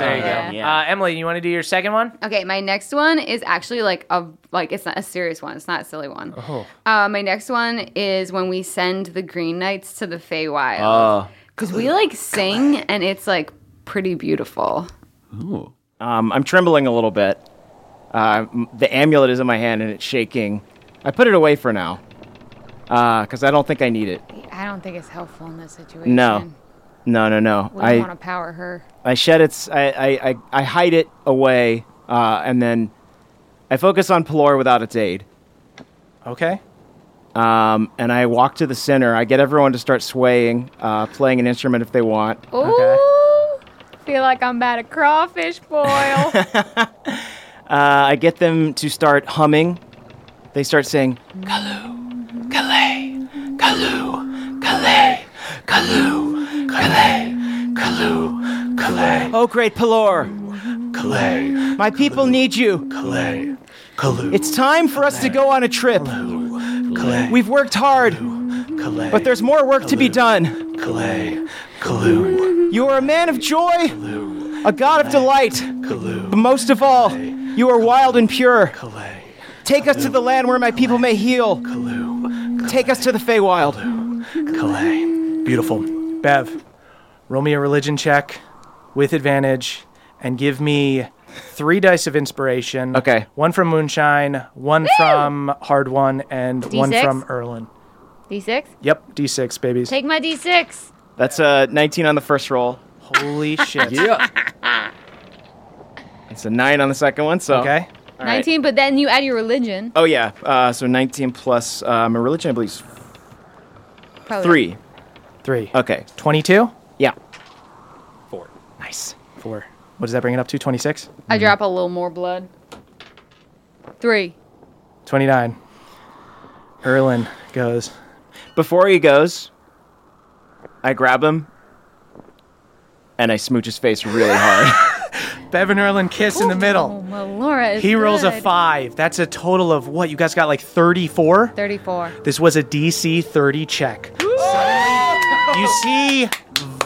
there you go. Yeah. Yeah. Uh, Emily, you want to do your second one? Okay, my next one is actually like a like it's not a serious one. It's not a silly one. Oh. Uh, my next one is when we send the Green Knights to the Feywild Oh. because we like sing and it's like pretty beautiful. um, I'm trembling a little bit. Uh, m- the amulet is in my hand and it's shaking. I put it away for now because I don't think I need it. I don't think it's helpful in this situation. No, no, no, no. we I want to power her. I shed its. I I, I, I hide it away uh, and then I focus on Pelor without its aid. Okay. Um, and I walk to the center. I get everyone to start swaying, uh, playing an instrument if they want. Ooh, feel like I'm at a crawfish boil. Uh, I get them to start humming. They start saying, Kalu, Kalay, Kalu, Kalay, Kalu, Kalay, Kalu, Kalay. Oh, great Pelor. Kalay. My people need you. Kalay, Kalu. It's time for us to go on a trip. Kalu, Kalay. We've worked hard. Kalay. But there's more work to be done. Kalay, Kalu. You are a man of joy, a god of delight. But most of all, you are wild and pure. Take us to the land where my people may heal. Take us to the Feywild. Kalei. Beautiful. Bev, roll me a religion check with advantage and give me three dice of inspiration. Okay. One from Moonshine, one from Hard One, and one D6? from Erlin. D6. Yep, D6, babies. Take my D6. That's uh, a 19 on the first roll. Holy shit. Yeah. It's a 9 on the second one, so. Okay. All right. 19, but then you add your religion. Oh, yeah. Uh, so 19 plus uh, my religion, I believe, is Probably. 3. Three. Okay. 22? Yeah. Nice. Four. What does that bring it up to? 26? I drop a little more blood. Three. 29. Erlin goes, Before he goes, I grab him and I smooch his face really hard. Bev and Erlin kiss in the middle. Well, Laura is He rolls a good. five. That's a total of what? You guys got like 34? 34. This was a DC 30 check. you see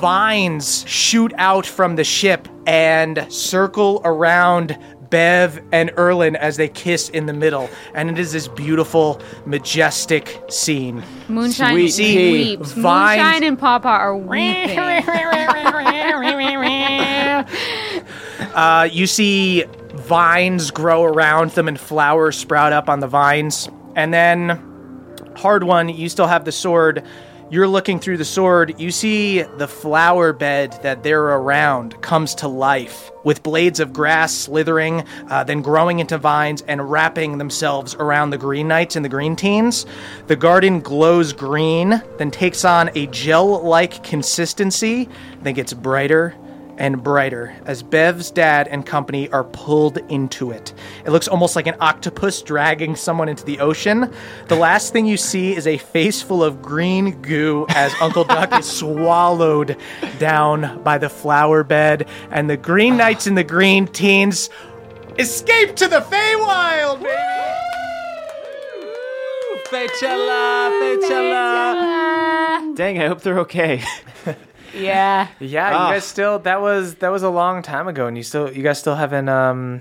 vines shoot out from the ship and circle around Bev and Erlin as they kiss in the middle. And it is this beautiful, majestic scene. Moonshine Sweet tea. weeps. Vines- Moonshine and Papa are weeping. Uh, you see vines grow around them and flowers sprout up on the vines. And then, hard one, you still have the sword. You're looking through the sword. You see the flower bed that they're around comes to life with blades of grass slithering, uh, then growing into vines and wrapping themselves around the green knights and the green teens. The garden glows green, then takes on a gel like consistency, then gets brighter and brighter as Bev's dad and company are pulled into it. It looks almost like an octopus dragging someone into the ocean. The last thing you see is a face full of green goo as Uncle Duck is swallowed down by the flower bed, and the Green Knights and the Green Teens escape to the Feywild, baby! Fecella, Fecella. Dang, I hope they're okay. Ah. yeah. Yeah, you guys still that was that was a long time ago, and you still you guys still haven't um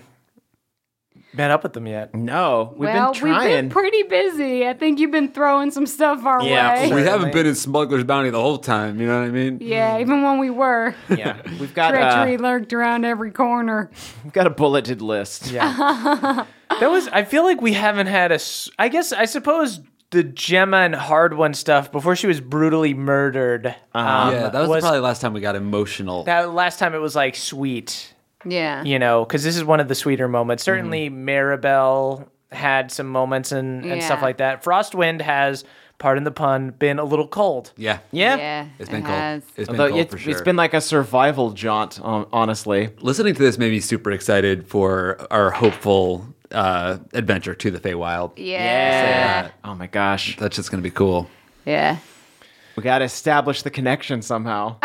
met up with them yet. No, we've well, been we've trying. been pretty busy. I think you've been throwing some stuff our Yeah, way. We haven't been in Smuggler's Bounty the whole time. You know what I mean? Yeah, even when we were, yeah, we've got treachery uh, lurked around every corner. we've got a bulleted list. Yeah. That was. I feel like we haven't had a. s- I guess I suppose the Gemma and Hard One stuff before she was brutally murdered. um, yeah, that was, probably the last time we got emotional. that last time. It was like sweet, Yeah. you know, because this is one of the sweeter moments. Certainly, Maribel had some moments and and stuff Yeah. like that. Frostwind has, pardon the pun, been a little cold. yeah. Yeah. Yeah. It's been it cold. has. It's been Although cold it's, for sure. it's been like a survival jaunt, um, honestly. Listening to this made me super excited for our hopeful uh, adventure to the Feywild. Yeah. Oh my gosh, That's just going to be cool. Yeah. we got to establish the connection somehow.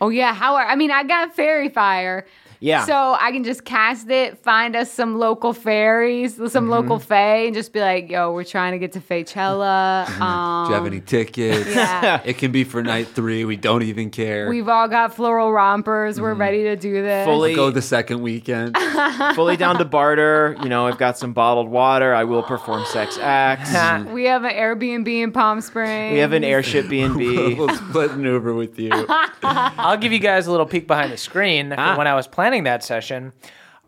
Oh yeah, how are I mean I got fairy fire. Yeah. So I can just cast it, find us some local fairies, some local fae, and just be like, yo, we're trying to get to Faychella. Um, Do you have any tickets? yeah. It can be for night three. We don't even care. We've all got floral rompers. We're ready to do this. fully, go the second weekend. fully down to barter. You know, I've got some bottled water. I will perform sex acts. We have an Airbnb in Palm Springs. we have an airship B and B. we'll split an Uber with you. I'll give you guys a little peek behind the screen for when I was planning that session.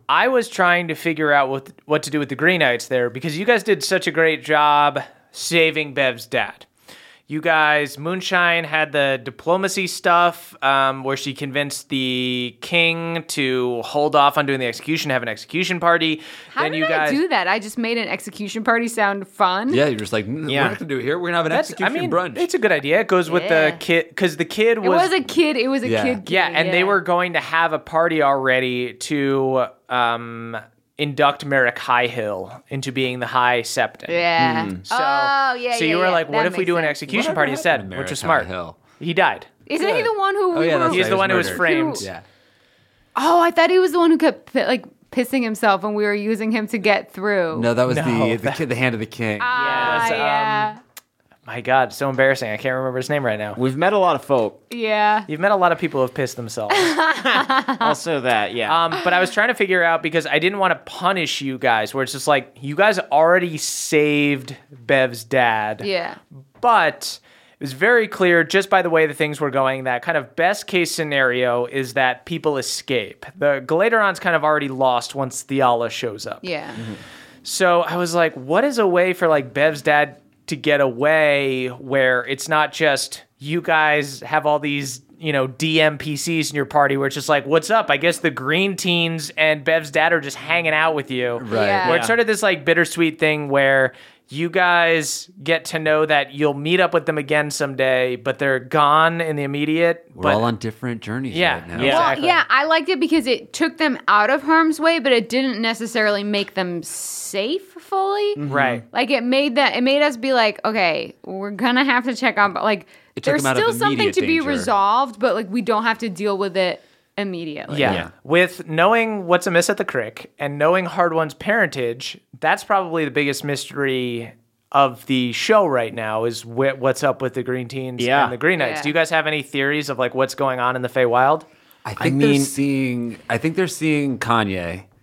I was trying to figure out what what to do with the Greenites there because you guys did such a great job saving Bev's dad. You guys, Moonshine had the diplomacy stuff um, where she convinced the king to hold off on doing the execution, have an execution party. How then did you guys I do that? I just made an execution party sound fun. Yeah, you're just like, "Mm, we're Yeah. not going to do it here. We're going to have an That's- I execution mean, brunch. it's a good idea. It goes with the Yeah. kid because the kid It was a kid. It was a Yeah. kid. Yeah, game, and they were going to have a party already to um, induct Merrick High Hill into being the High Septon. Yeah. So, Oh, yeah, So yeah, you were yeah. like, what That if we makes do an sense. execution Whatever party Hmm. happened instead? to Which was America smart. Hill? He died. Isn't he the one who? Oh, we yeah, were- that's He's right, the he one who was murdered. framed. Yeah. Oh, I thought he was the one who kept like pissing himself, and we were using him to get through. No, that was No, the the, kid, the hand of the king. Ah, Yes, um, yeah, My God, so embarrassing. I can't remember his name right now. We've met a lot of um, folk. yeah. You've met a lot of people who have pissed themselves. Also, that yeah. Um, but I was trying to figure out because I didn't want to punish you guys, where it's just like, you guys already saved Bev's dad. Yeah. but it was very clear just by the way the things were going that kind of best case scenario is that people escape. The Galateron's kind of already lost once Theala shows up. Yeah. Mm-hmm. So I was like, what is a way for like Bev's dad to get away where it's not just you guys have all these, you know, DMPCs in your party where it's just like, what's up? I guess the green teens and Bev's dad are just hanging out with you. Right. Yeah. Where it's sort of this like bittersweet thing where you guys get to know that you'll meet up with them again someday, but they're gone in the immediate. We're but all on different journeys Yeah, right now. yeah. Well, Exactly. yeah, I liked it because it took them out of harm's way, but it didn't necessarily make them safe fully. right. Like it made that it made us be like, okay, we're gonna have to check on, but like It took there's them out of still something immediate to be danger. resolved, but like we don't have to deal with it immediately. Yeah. Yeah. With knowing what's amiss at the crick and knowing Hard One's parentage, that's probably the biggest mystery of the show right now is wh- what's up with the Green Teens Yeah. and the Green Knights. Yeah. Do you guys have any theories of like what's going on in the Feywild? I think they're mean- seeing. I think they're seeing Kanye.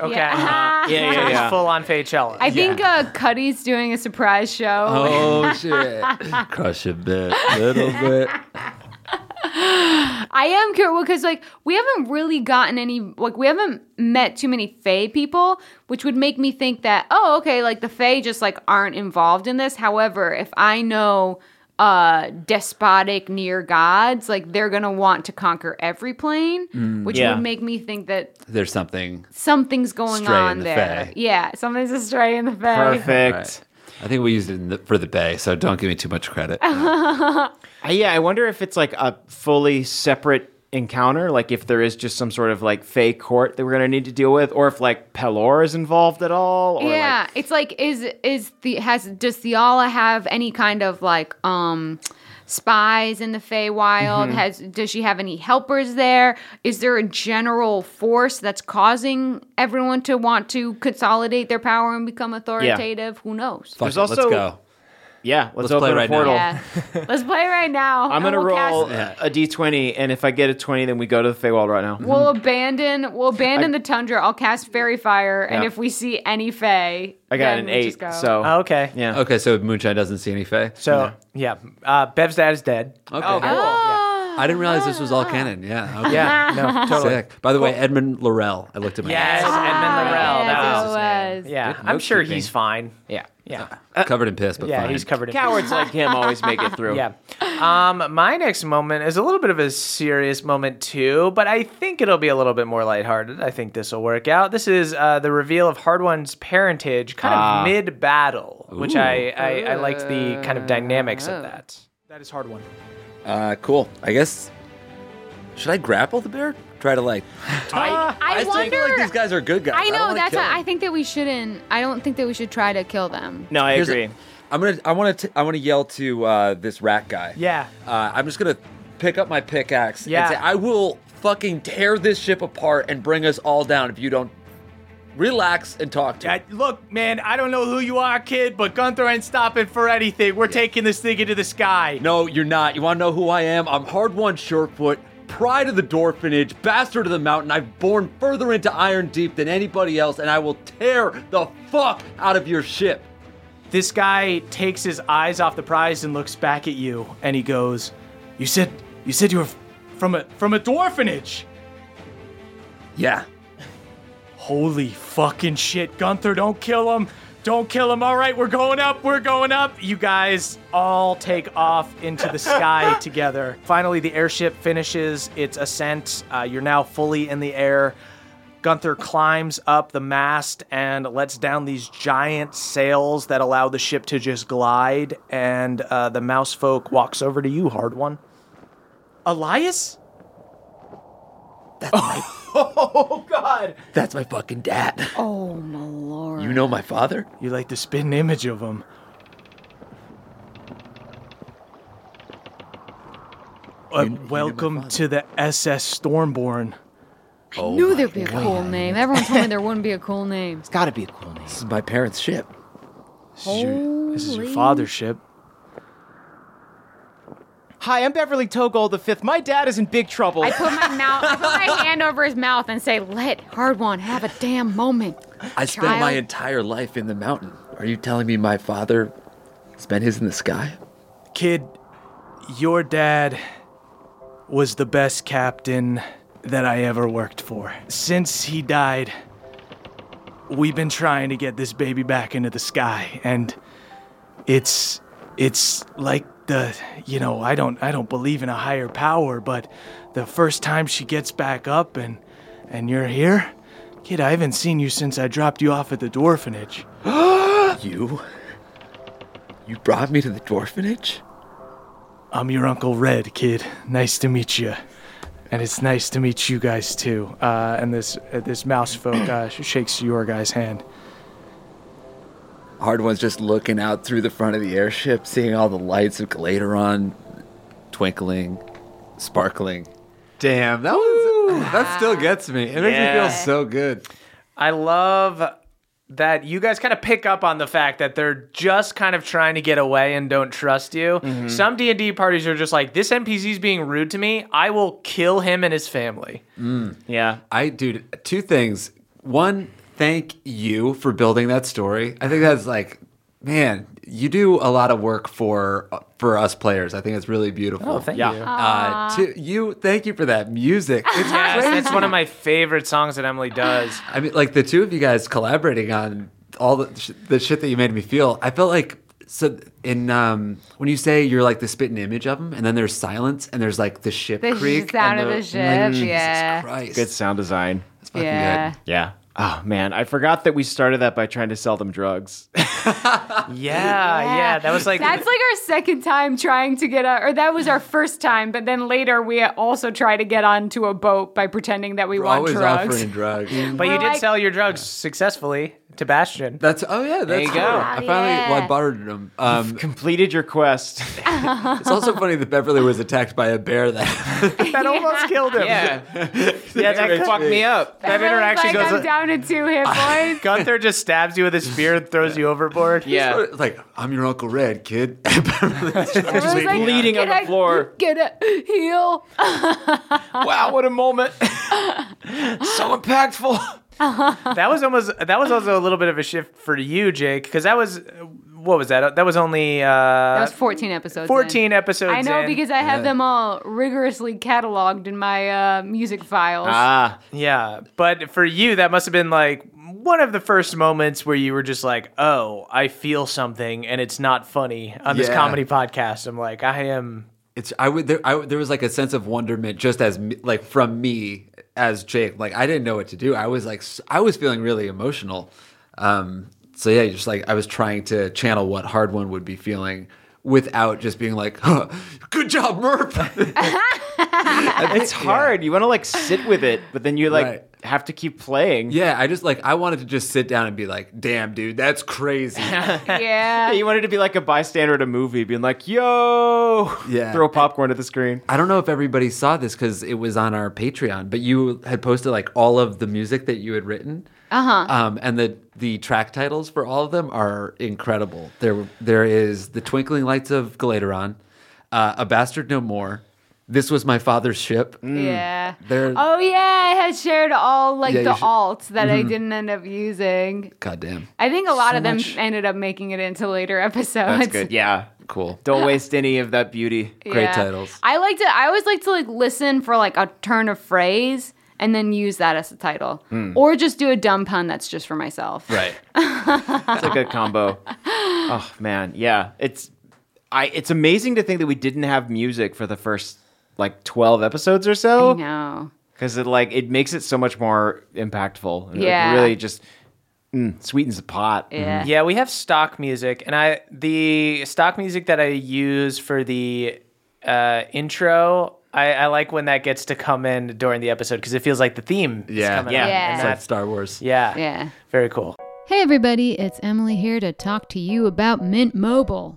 Okay. Yeah. yeah, yeah, yeah. Full on Feychella. I think uh, Cuddy's doing a surprise show. Oh shit! Crush a bit, little bit. I am curious because like we haven't really gotten any like we haven't met too many Fae people, which would make me think that oh okay like the Fae just like aren't involved in this. However, if I know uh despotic near gods, like they're gonna want to conquer every plane, Mm, which Yeah. would make me think that There's something. something's going Stray in on the there. Fae. Yeah, something's astray in the Fae. Perfect. Right. I think we used it in the, for the Bay, so don't give me too much credit. Uh, yeah, I wonder if it's like a fully separate encounter, like if there is just some sort of like fake court that we're gonna need to deal with, or if like Pelor is involved at all. Or yeah, like, it's like is is the has does Theala have any kind of like um spies in the Mm-hmm. Feywild? Has does she have any helpers there? Is there a general force that's causing everyone to want to consolidate their power and become authoritative? Who knows? Fuck There's it, also- let's go. Yeah, let's, Let's open play a right now. portal. Yeah. Let's play right now. and I'm gonna we'll roll Cast, a d20, and if I get a 20, then we go to the Feywild right now. we'll abandon. We'll abandon the tundra. I'll cast fairy fire, and Yeah. if we see any fey, I got then an we eight, just go. so Oh, okay. yeah. Okay, so Moonshine doesn't see any Fae. So yeah, uh, Bev's dad is dead. Okay. Oh, I didn't realize this was all canon. Yeah. Okay. Yeah, no, totally. Sick. By the way, Edmund Laurel. I looked him Yes, up. Edmund Laurel. yes, that it was. was. Yeah, Good I'm sure note-keeping. he's fine. Yeah. Yeah, Covered in piss, but yeah, fine. he's covered in. Cowards like him always make it through. Yeah. Um, my next moment is a little bit of a serious moment too, but I think it'll be a little bit more lighthearted. I think this will work out. This is uh, the reveal of Hard One's parentage, kind of mid battle, which I, I I liked the kind of dynamics Uh-huh. of that. That is Hard One. Uh, cool. I guess. Should I grapple the bear? Try to like. I, still wonder. feel like these guys are good guys. I don't know wanna that's. kill why them. I think that we shouldn't. I don't think that we should try to kill them. No, I Here's agree. A, I'm gonna. I want to. I want to yell to uh, this rat guy. Yeah. Uh, I'm just gonna pick up my pickaxe Yeah. and say, "I will fucking tear this ship apart and bring us all down if you don't relax and talk to." me." I- look, man, I don't know who you are, kid, but Gunther ain't stopping for anything. We're taking this thing into the sky. No, you're not. You want to know who I am? I'm hard one Surefoot, pride of the Dorfinage, bastard of the mountain. I've borne further into Iron Deep than anybody else, and I will tear the fuck out of your ship. This guy takes his eyes off the prize and looks back at you, and he goes, "You said, you said you were f- from a from a dwarfenage. Yeah. Holy fucking shit, Gunther! Don't kill him! Don't kill him! All right, we're going up. We're going up. You guys all take off into the sky together. Finally, the airship finishes its ascent. Uh, you're now fully in the air. Gunther climbs up the mast and lets down these giant sails that allow the ship to just glide. And uh, the mouse folk walks over to you, hard one. Elias? oh, God. That's my fucking dad. Oh my lord. You know my father? You like the spin image of him. Uh, welcome to the SS Stormborn. Oh I Oh knew there'd be a cool name. Everyone told me there wouldn't be a cool name. It's got to be a cool name. This is my parents' ship. This is your, this is your father's ship. Hi, I'm Beverly Togol the Fifth. My dad is in big trouble. I put my mouth, I put my hand over his mouth and say, "Let Hard One have a damn moment." I spent my Child. entire life in the mountain. Are you telling me my father spent his in the sky? Kid, your dad was the best captain that I ever worked for. Since he died, we've been trying to get this baby back into the sky and it's it's like the you know, I don't I don't believe in a higher power, but the first time she gets back up and and you're here, kid, I haven't seen you since I dropped you off at the dwarfenage. You? You brought me to the Dorfinage? I'm your Uncle Red, kid. Nice to meet you. And it's nice to meet you guys too. Uh, and this uh, this mouse folk uh, sh- shakes your guy's hand. Hard one's just looking out through the front of the airship, seeing all the lights of Galateron twinkling, sparkling. Damn, that was that still gets me. It makes me Yeah. feel so good. I love that you guys kind of pick up on the fact that they're just kind of trying to get away and don't trust you. Mm-hmm. Some D&D parties are just like this NPC's being rude to me. I will kill him and his family. yeah. Mm. I dude, two things. One, thank you for building that story. I think that's like, man, you do a lot of work for for us players. I think it's really beautiful. Oh, thank you. Uh, two, you thank you for that music. It's Yes, crazy. that's one of my favorite songs that Emily does. I mean, like the two of you guys collaborating on all the, sh- the shit that you made me feel. I felt like so in um when you say you're like the spitting image of them, and then there's silence, and there's like the ship The creak sound and of the Jesus ship, yeah, Christ, Good sound design. It's fucking yeah. good. Yeah. Oh man, I forgot that we started that by trying to sell them drugs. Yeah, yeah, that was like That's like our second time trying to get a, or that was our first time, but then later we also try to get onto a boat by pretending that we We're want always drugs. offering drugs. But you We're did like- sell your drugs successfully to Bastion. That's oh yeah, that's there you go. I finally well, I yeah. borrowed them. Um, Completed your quest. it's also funny that Beverly was attacked by a bear. That That almost killed him. yeah. yeah, that fucked me up. That I was interaction like, goes I'm down to two hit points. Gunther just stabs you with his spear and throws you board. Yeah. It's like, I'm your Uncle Red, kid. Beverly's just I was like, like, bleeding "Get on the a- floor." Get a heel. wow, what a moment. so impactful. Uh-huh. That was almost. That was also a little bit of a shift for you, Jake, because that was. What was that? That was only uh, That was 14 episodes. in. 14 episodes. I know in. because I have them all rigorously cataloged in my uh, music files. Ah, Yeah, but for you, that must have been like one of the first moments where you were just like, "Oh, I feel something, and it's not funny on this Yeah. comedy podcast." I'm like, I am. it's I would there I, would- there was like a sense of wonderment just as me- like from me as Jake like I didn't know what to do I was like s- I was feeling really emotional um so yeah just like I was trying to channel what hard one would be feeling without just being like huh, good job Murph it's hard. You want to like sit with it, but then you like Right. have to keep playing. yeah I just like I wanted to just sit down and be like damn dude that's crazy Yeah, yeah. you wanted to be like a bystander at a movie, being like, "Yo, Yeah. throw popcorn at the screen." I don't know if everybody saw this because it was on our Patreon, but you had posted like all of the music that you had written. Uh-huh. Uh huh. Um, and the the track titles for all of them are incredible. There there is the Twinkling Lights of Galateron, uh, A Bastard No More. This was my father's ship. mm. Mm. Yeah. There, Oh yeah, I had shared all like Yeah, you the should- alts that I didn't end up using. goddamn, I think a lot of them ended up making it into later episodes. That's good. Yeah, cool. don't waste any of that beauty. Great titles. I like to. I always like to like listen for like a turn of phrase and then use that as a title, Hmm. or just do a dumb pun that's just for myself. Right. it's a good combo. Oh man, yeah. It's I it's amazing to think that we didn't have music for the first like 12 episodes or I so know. cuz it like it makes it so much more impactful. And Yeah. It really just mm, sweetens the pot. Mm-hmm. Yeah. Yeah, we have stock music, and I the stock music that I use for the uh, intro. I, I like when that gets to come in during the episode because it feels like the theme. is Yeah. coming Yeah. up, Yeah. and It's like Star Wars. that- yeah, Yeah. very cool. Hey everybody, it's Emily here to talk to you about Mint Mobile.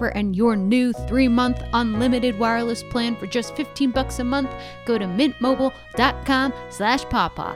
and your new three month unlimited wireless plan for just 15 bucks a month, go to mintmobile.com slash pawpaw.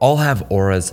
all have auras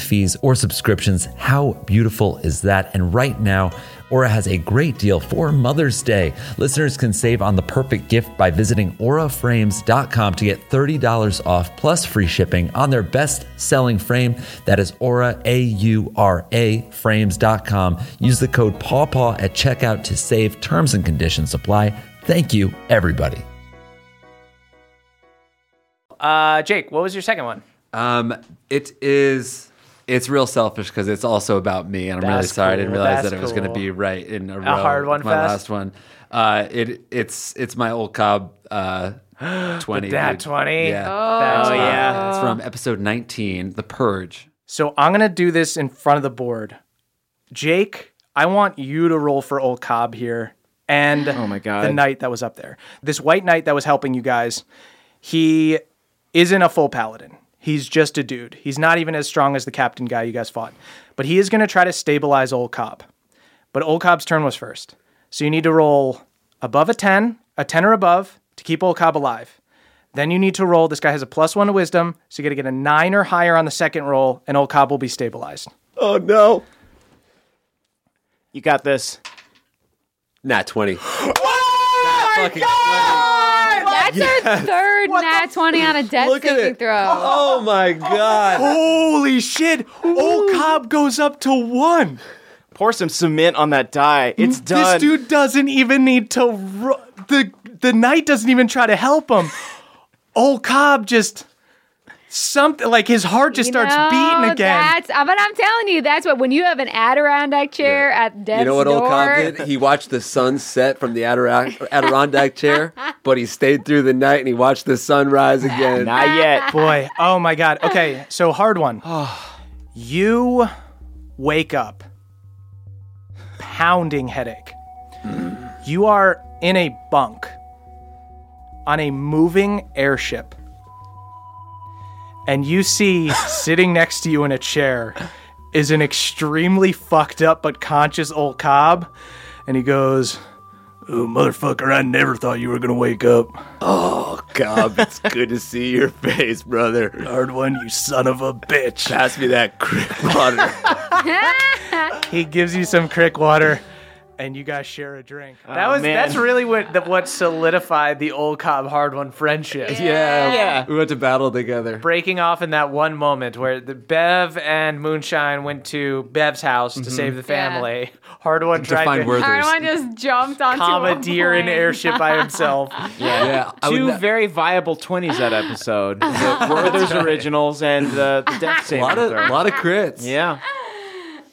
fees or subscriptions. How beautiful is that? And right now, Aura has a great deal for Mother's Day. Listeners can save on the perfect gift by visiting auraframes.com to get $30 off plus free shipping on their best selling frame. That is aura, A U R A, frames.com. Use the code PAWPAW at checkout to save. Terms and conditions apply. Thank you, everybody. Uh, Jake, what was your second one? Um, it is It's real selfish because it's also about me, and I'm really That's sorry I didn't cool. realize That's that it was going to cool. be right in a, row. hard with one My fest? last one. Uh, it it's it's my old cob uh, twenty. The Dad dude. 20? Yeah. Oh. That's Uh, yeah. It's from episode nineteen, The Purge. So I'm gonna do this in front of the board. Jake, I want you to roll for old Cobb here. And oh my God. the knight that was up there. This white knight that was helping you guys, he isn't a full paladin. He's just a dude. He's not even as strong as the captain guy you guys fought. But he is gonna try to stabilize old Cobb. But old Cobb's turn was first. So you need to roll above a 10, a 10 or above to keep old Cobb alive. Then you need to roll. This guy has a plus one to wisdom, so you got to get a nine or higher on the second roll, and old Cobb will be stabilized. Oh no. You got this. Nat twenty. That's our third nat 20 on a death Look at saving it. throw. Oh my god. Holy shit! Old Cobb goes up to one. Oh, Pour some cement on that die. It's done. This dude doesn't even need to. Ru- the the knight doesn't even try to help him. Old Cobb just something like his heart just starts beating No, again. That's, uh, but I'm telling you, that's what when you have an Adirondack chair at death's You know what door. old Cobb did? He watched the sun set from the Adiron- Adirondack chair, but he stayed through the night and he watched the sun rise again. Not yet. Boy, oh my god. Okay, so hard one. you wake up, pounding headache. You are in a bunk on a moving airship. And you see sitting next to you in a chair is an extremely fucked up but conscious old Cobb. And he goes, Oh, motherfucker, I never thought you were going to wake up. Cobb, Oh, it's good to see your face, brother. Hard one, you son of a bitch. Pass me that crick water. He gives you some crick water, and you guys share a drink. Oh, That was Oh, man. that's really what the, what solidified the old Cobb hard won friendship. Yeah. Yeah. We went to battle together. Breaking off in that one moment where the Bev and Moonshine went to Bev's house to save the Yeah. family. Hard one Mm-hmm. To tried find to Werther's. Everyone just jumped onto a commandeer an plane. airship by himself. Yeah. I would Two not- very viable 20s that episode. The Werther's Originals and the, the a Death Saving lot of, Throw. lot of crits. Yeah.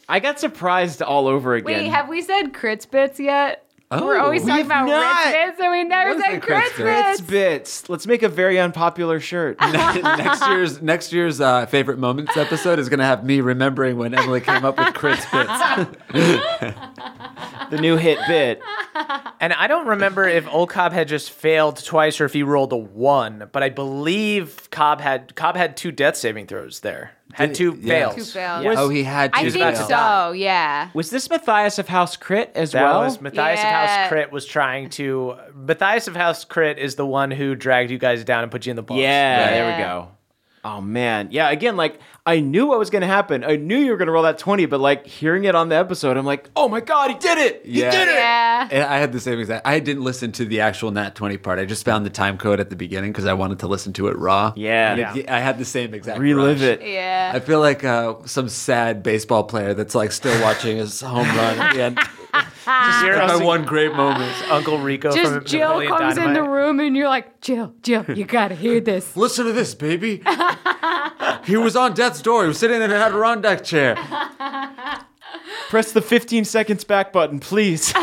I got surprised all over again. Wait, have we said crits bits yet? Oh. We're always talking We've about not. crits bits, and we never What is said the crits crits bits? bits. It's bits. Let's make a very unpopular shirt. next year's next year's uh, favorite moments episode is gonna have me remembering when Emily came up with Chris Fitz. the new hit bit. And I don't remember if old Cobb had just failed twice or if he rolled a one, but I believe Cobb had Cobb had two death saving throws there. Had two yeah. fails. Two fails. oh, he had to. I think to so, yeah. Was this Matthias of House Crit as That well? was Matthias of Yeah. House Crit was trying to Matthias of House Crit is the one who dragged you guys down and put you in the box. yeah, there we Yeah. go. Oh man, yeah. Again, like I knew what was going to happen. I knew you were going to roll that twenty, but like hearing it on the episode, I'm like, oh my god, he did it! He Yeah. did it! Yeah. And I had the same exact. I didn't listen to the actual Nat twenty part. I just found the time code at the beginning because I wanted to listen to it raw. Yeah. And it- I had the same exact. Relive rush. it. Yeah. I feel like uh, some sad baseball player that's like still watching his home run at the end. Ah. Just my one great moment. Uncle Rico from Just Jill Napoleon comes in the Dynamite. room and you're like, Jill, Jill, you gotta hear this. Listen to this, baby. he was on death's door. He was sitting in an Adirondack chair. Uh, Press the 15 seconds back button, please.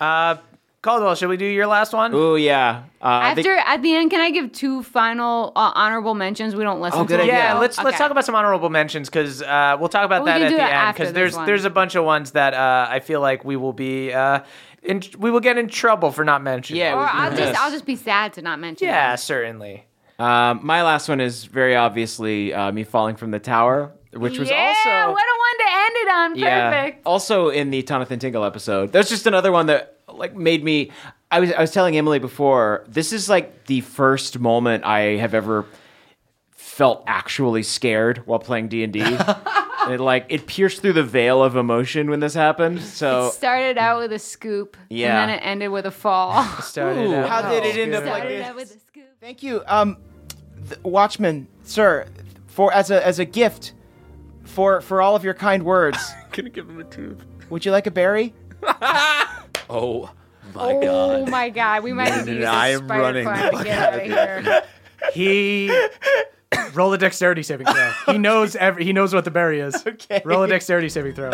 Uh, Caldwell, should we do your last one? oh yeah. Uh, I think- After at the end, can I give two final uh, honorable mentions? We don't listen. Oh, good to them. idea. Yeah, let's let's Okay. talk about some honorable mentions because uh, we'll talk about We that can at do the that end after because this there's one. there's a bunch of ones that uh, I feel like we will be uh, in, we will get in trouble for not mentioning. Yeah, Or we can I'll do just this. I'll just be sad to not mention. yeah, them. certainly. Um, my last one is very obviously uh, me falling from the tower, which was yeah, also what a one to end it on. Perfect. Also in the Jonathan Tingle episode. That's just another one that like made me I was I was telling Emily before, this is like the first moment I have ever felt actually scared while playing D&D. it like it pierced through the veil of emotion when this happened. So Started out with a scoop, Yeah. and then it ended with a fall. Started out- how did it end up like Started this? out with a scoop. Thank you, um, th- Watchman, sir, for as a as a gift, for for all of your kind words. Gonna give him a tooth. Would you like a berry? Oh my Oh god. my god, we might have to use I a am spider running climb to get out of here. He Roll a dexterity saving throw. He knows every. He knows what the berry is. Okay. Roll a dexterity saving throw.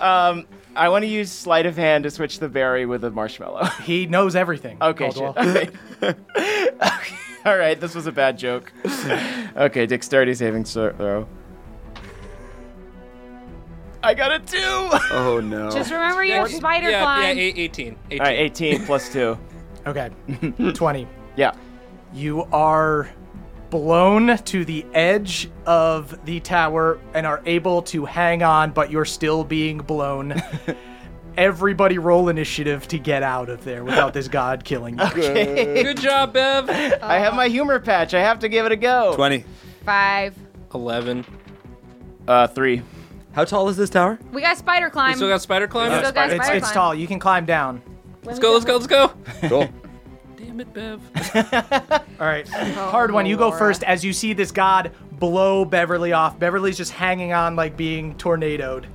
Um, I want to use sleight of hand to switch the berry with a marshmallow. He knows everything. Okay, shit. Caldwell. okay. All right, this was a bad joke. okay, dexterity saving throw. I got a two. Oh no. Just remember your spider yeah, climb. Yeah, eight- 18. 18. All right, 18 plus 2. Okay. 20. Yeah. You are blown to the edge of the tower and are able to hang on, but you're still being blown. Everybody roll initiative to get out of there without this god killing you. Good job, Bev. I have my humor patch. I have to give it a go. 20. Five. 11. Uh, 3. How tall is this tower? We got spider We climb. still got spider climb? We still got It's, spider it's climb. tall. You can climb down. Let's go, let's go, let's go. Cool. Damn it, Bev. All right. Hard one. You go Oh, first as you see this god blow Beverly off. Beverly's just hanging on like being tornadoed.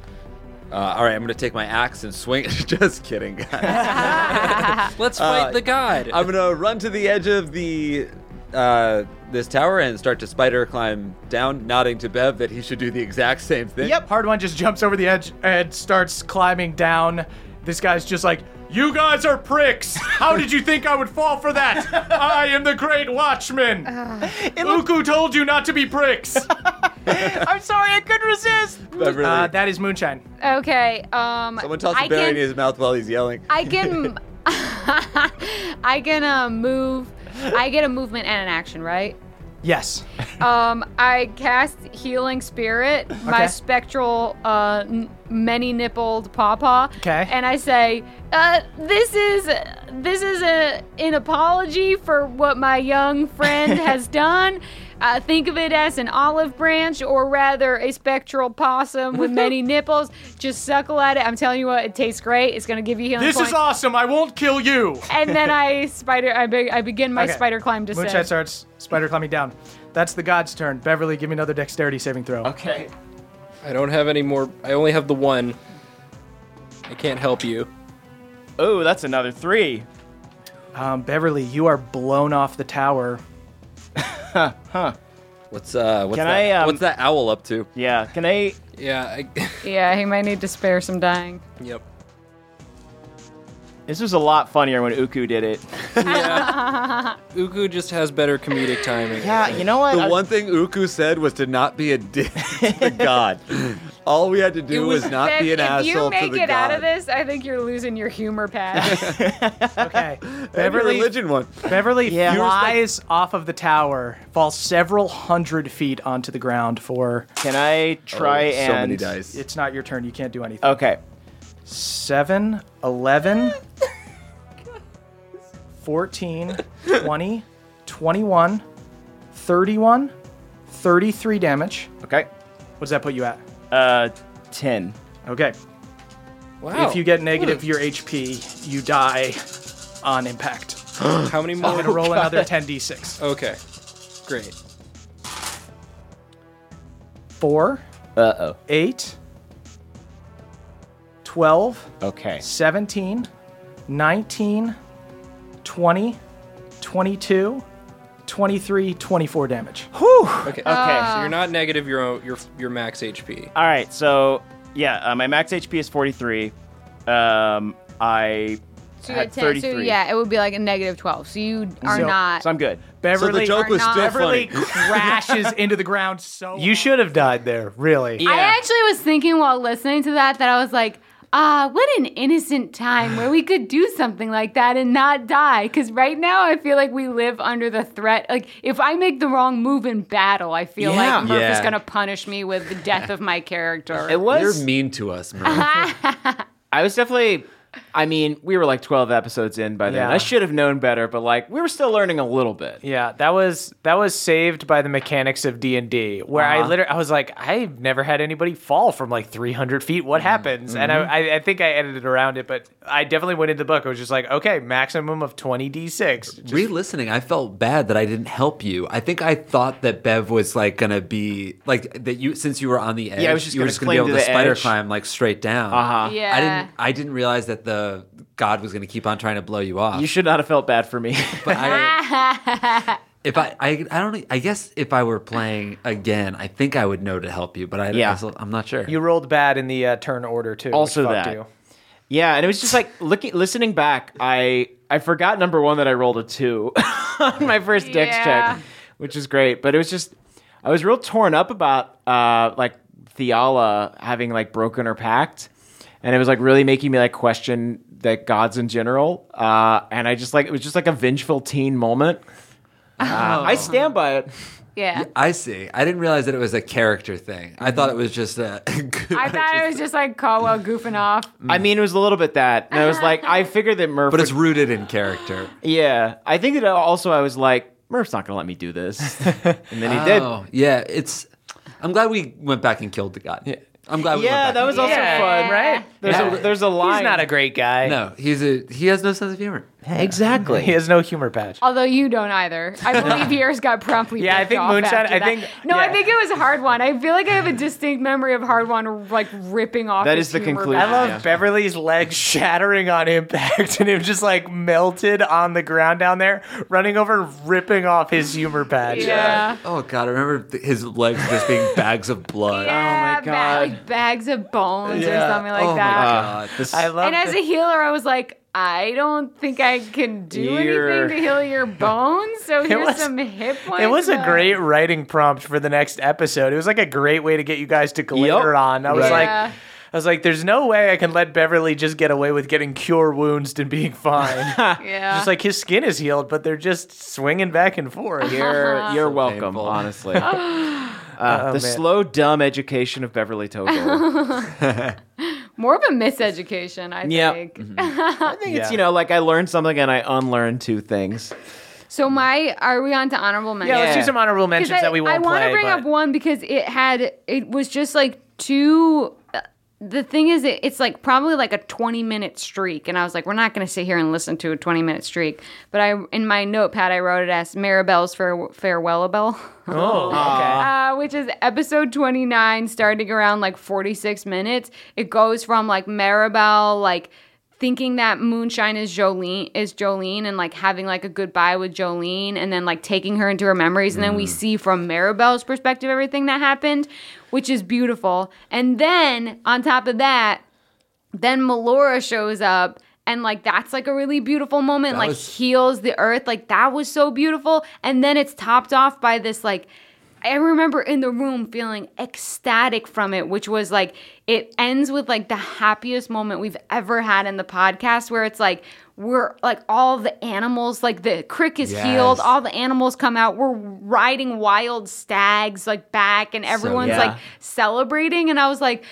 Uh, all right, I'm gonna take my axe and swing. Just kidding, guys. Uh, Let's fight the god. I'm gonna run to the edge of the uh, this tower and start to spider climb down, nodding to Bev that he should do the exact same thing. Yep. Hard one just jumps over the edge and starts climbing down. This guy's just like, You guys are pricks! How did you think I would fall for that? I am the great watchman! Uku told you not to be pricks! I'm sorry, I couldn't resist. Beverly, Uh, that is Moonshine. Okay. Um. someone toss I a berry can- in his mouth while he's yelling. I can. I can uh, move. I get a movement and an action, right? Yes. Um, I cast Healing Spirit, my Okay. spectral, uh, n- many nippled pawpaw. Okay. And I say, uh, this is this is a an apology for what my young friend has done. Uh, think of it as an olive branch, or rather, a spectral possum with many nipples. Just suckle at it. I'm telling you what, it tastes great. It's gonna give you healing This points. is awesome! I won't kill you! and then I spider, I, be- I begin my Okay. spider climb descent. Moonshine starts spider climbing down. That's the god's turn. Beverly, give me another dexterity saving throw. Okay. I don't have any more. I only have the one. I can't help you. Oh, that's another three. Um, Beverly, you are blown off the tower. What's uh? What's Can that? I, um, what's that owl up to? Yeah. Can I? Yeah, I, Yeah, he might need to spare some dying. yep. This was a lot funnier when Uku did it. Uku just has better comedic timing. Yeah, you know what? The I- one thing Uku said was to not be a dick to the god. All we had to do was, not Viv, be an if asshole you to make the it out god. of this, I think you're losing your humor patch. Okay. Every Beverly, religion one. Beverly Yeah. flies off of the tower, falls several hundred feet onto the ground for. Can I try Oh, so and? many dice. It's not your turn. You can't do anything. Okay. Seven, eleven, fourteen, twenty, twenty-one, thirty-one, thirty-three 14, 21, 31, 33 damage. Okay. What does that put you at? Uh, ten. Okay. Wow. If you get negative your HP, you die on impact. how many I'm more? going to roll Oh, another 10d6. Okay, great. Four, Uh eight, 12, oh. Okay. 17, 19, 20, 22, 23, 24 damage. Okay. Uh, Okay. Uh. so you're not negative your own, your your max HP. All right, so yeah, uh, my max HP is 43. Um, I so, you had had 10, 33. so yeah, it would be like a negative 12. So you are So- not. so I'm good. So Beverly, the joke was not- still Beverly funny. crashes into the ground so You should have died there, really. I actually was thinking while listening to that that I was like, ah, what an innocent time where we could do something like that and not die. Because right now I feel like we live under the threat. Like if I make the wrong move in battle, I feel like Murph is Yeah. gonna punish me with the death of my character. It You're was mean to us, man. I was definitely. I mean, we were like 12 episodes in by then. Yeah. I should have known better, but like, we were still learning a little bit. Yeah, that was that was saved by the mechanics of D and D, where Uh-huh. I literally I was like, I've never had anybody fall from like 300 feet. Mm-hmm. What happens? And I, I I think I edited around it, but I definitely went into the book. I was just like, okay, maximum of 20 d6. Re-listening, I felt bad that I didn't help you. I think I thought that Bev was like gonna be like that. You since you were on the edge, was just you were gonna just gonna be cling able to to, the spider edge. Uh-huh. climb like straight down. Uh Yeah. I didn't. I didn't realize that the god was gonna keep on trying to blow you off. You should not have felt bad for me. but I, If I, I, I don't. e, I guess if I were playing again, I think I would know to help you, but I, Yeah. I am not sure. You rolled bad in the uh, turn order too. which also fucked that. you. Yeah, and it was just like looking, listening back. I I forgot number one that I rolled a two on my first dex Yeah. check, which is great. But it was just I was real torn up about uh, like Theala having like broken her pact, and it was like really making me like question that gods in general. Uh, and I just like it was just like a vengeful teen moment. Oh. Uh, I stand by it. Yeah. I see. I didn't realize that it was a character thing. I thought it was just a. I thought it was just like Caldwell goofing off. I mean, it was a little bit that, and I was like, I figured that Murph. but would- it's rooted in character. Yeah, I think that also I was like, Murph's not gonna let me do this, and then he did. Oh, yeah, it's. I'm glad we went back and killed the god. Yeah. I'm glad we went Yeah, back that and- was also Yeah, fun, right? There's Yeah. a there's a line. He's not a great guy. No, he's a he has no sense of humor. exactly. He has no humor patch. Although you don't either. I believe yours got promptly. Yeah, I ripped think off Moonshine- after I that. think- No, I yeah. think it was Hard One. I feel like I have a distinct memory of Hard One like ripping off. That his is the humor conclusion, back. I love Yeah. Beverly's legs shattering on impact and him just like melted on the ground down there, running over and ripping off his humor patch. Yeah. Oh god, I remember th- his legs just being bags of blood. Yeah, Oh, God. ba- like bags of bones oh Yeah. or something like oh my that. god, this I love And as that- a healer, I was like, I don't think I can do You're- anything to heal your bones. So here's was- some hip ones. It was a but- great writing prompt for the next episode. It was like a great way to get you guys to glitter on. I was Right. like, Yeah. I was like, there's no way I can let Beverly just get away with getting cure wounds and being fine. Yeah. Just like his skin is healed, but they're just swinging back and forth. You're you're welcome, painful. honestly. Uh, Oh, the man. slow, dumb education of Beverly Togo. More of a miseducation, I Yeah. think. I think it's Yeah. you know like I learned something and I unlearned two things. So my, are we on to honorable mention? Yeah, let's do some honorable 'Cause mentions I, that we won't I wanna play. bring but- up one because it had, it was just like two. The thing is, it, it's like probably like a 20 minute streak. And I was like, we're not going to sit here and listen to a 20 minute streak. But I, in my notepad, I wrote it as Maribel's fare, Farewell Bell. oh, okay. uh, which is episode 29, starting around like 46 minutes. It goes from like Maribel, like thinking that Moonshine is Jolene is Jolene and like having like a goodbye with Jolene and then like taking her into her memories and then we see from Maribel's perspective everything that happened, which is beautiful. And then on top of that, then Melora shows up and like that's like a really beautiful moment like was- heals the earth like that was so beautiful and then it's topped off by this like I remember in the room feeling ecstatic from it which was like it ends with like the happiest moment we've ever had in the podcast where it's like we're like all the animals like the crick is healed Yes. all the animals come out we're riding wild stags like back and everyone's yeah. like celebrating and I was like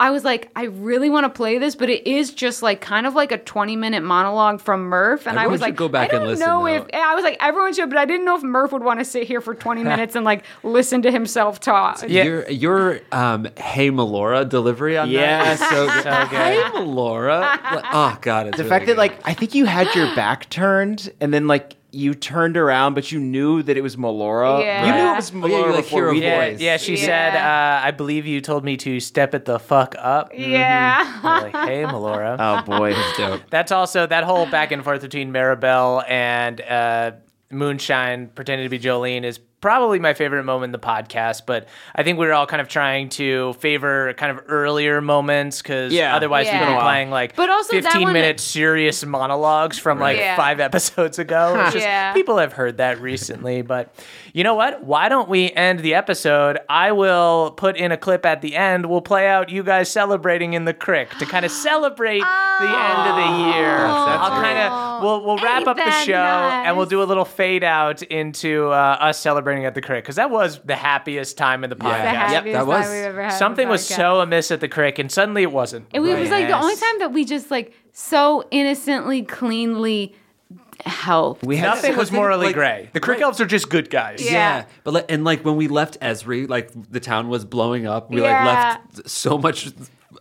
I was like I really want to play this but it is just like kind of like a 20 minute monologue from Murph and I Everyone was should like go back I and don't listen, know though. if I was like everyone should but I didn't know if Murph would want to sit here for 20 minutes and like listen to himself talk. Your your um hey Melora delivery on Yeah, that is so good. Hey Melora. Like, oh god, it's The fact that like I think you had your back turned and then like you turned around, but you knew that it was Melora. Yeah. You knew it was Oh, yeah, Melora you, like, before hear a voice. we did. Yeah, boys. yeah, she Yeah. said, uh, I believe you told me to step it the fuck up. Yeah. Like, hey, Melora. Oh boy. dope. That's also that whole back and forth between Maribel and uh, Moonshine pretending to be Jolene is probably my favorite moment in the podcast. But I think we were all kind of trying to favor kind of earlier moments because Yeah. otherwise Yeah. we've Been a been while. playing like But also that 15 one- minute serious monologues from like Yeah. five episodes ago. It's just- Yeah. People have heard that recently. But you know what? Why don't we end the episode? I will put in a clip at the end. We'll play out you guys celebrating in the crick to kind of celebrate the Oh. end of the year. I'll kind of we'll we'll wrap Ain't up the that show and we'll nice? do a little fade out into uh, us celebrating at the crick because that was the happiest time in the The podcast. happiest that was- time we've ever had. on the Something was podcast. so amiss at the crick and suddenly it wasn't. It was like the Yes. only time that we just like so innocently cleanly helped. We had Nothing was Something morally like- gray. The crick Right. elves are just good guys. Yeah. yeah. but like, and like when we left Esri, like the town was blowing up. We Yeah. like left so much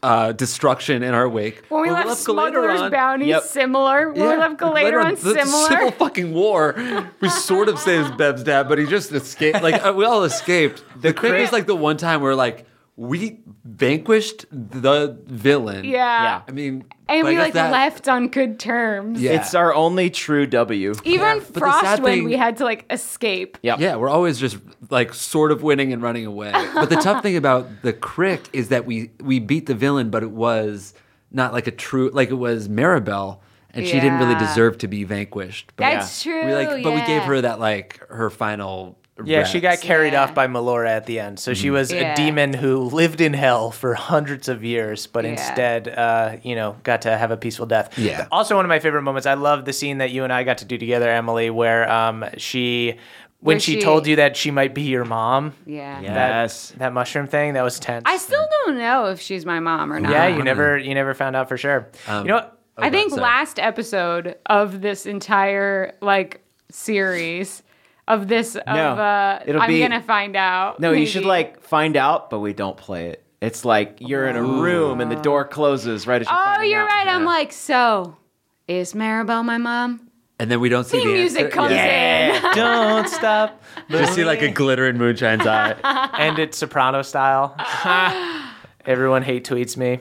uh, destruction in our wake. when we left, Smuggler's Galateron- Bounty Yep. similar. When we Yeah. left Galater on the similar. Civil fucking war. We sort of saves Bev's dad, but he just escaped. Like uh, we all escaped. The, the is like the one time where like we vanquished the villain. Yeah. Yeah. I mean, And but I we guess like that- left on good terms. Yeah. It's our only true W. Even but the Frost sad when thing- we had to like escape. Yeah, we're always just like sort of winning and running away. But the tough thing about the crick is that we we beat the villain, but it was not like a true like it was Maribel, and she didn't really Yeah. deserve to be vanquished. But That's We like, true, but we gave yeah. her that like her final. Yeah, she got rest. carried off by Melora at the end. So she was Yeah. a demon who lived in hell for hundreds of years, but Yeah. instead, uh, you know, got to have a peaceful death. Yeah. Also, one of my favorite moments. I love the scene that you and I got to do together, Emily, where um, she, when Where she, she- told you that she might be your mom. Yeah. Yes. That, that mushroom thing that was tense. I still don't know if she's my mom or not. yeah, you never, you never found out for sure. Um, you know what? I think sorry. last episode of this entire like series of this of uh it'll I'm be- gonna find out. No, you should Oh, maybe. like find out, but we don't play it. It's like you're in a Oh. room and the door closes right as you Oh, find you're out. right. I'm like, so is Maribel my mom? and then we don't see Theme the music answer. comes Yeah. in. Don't stop. Just see like a glitter in Moonshine's eye. End it soprano style. Everyone hate tweets me.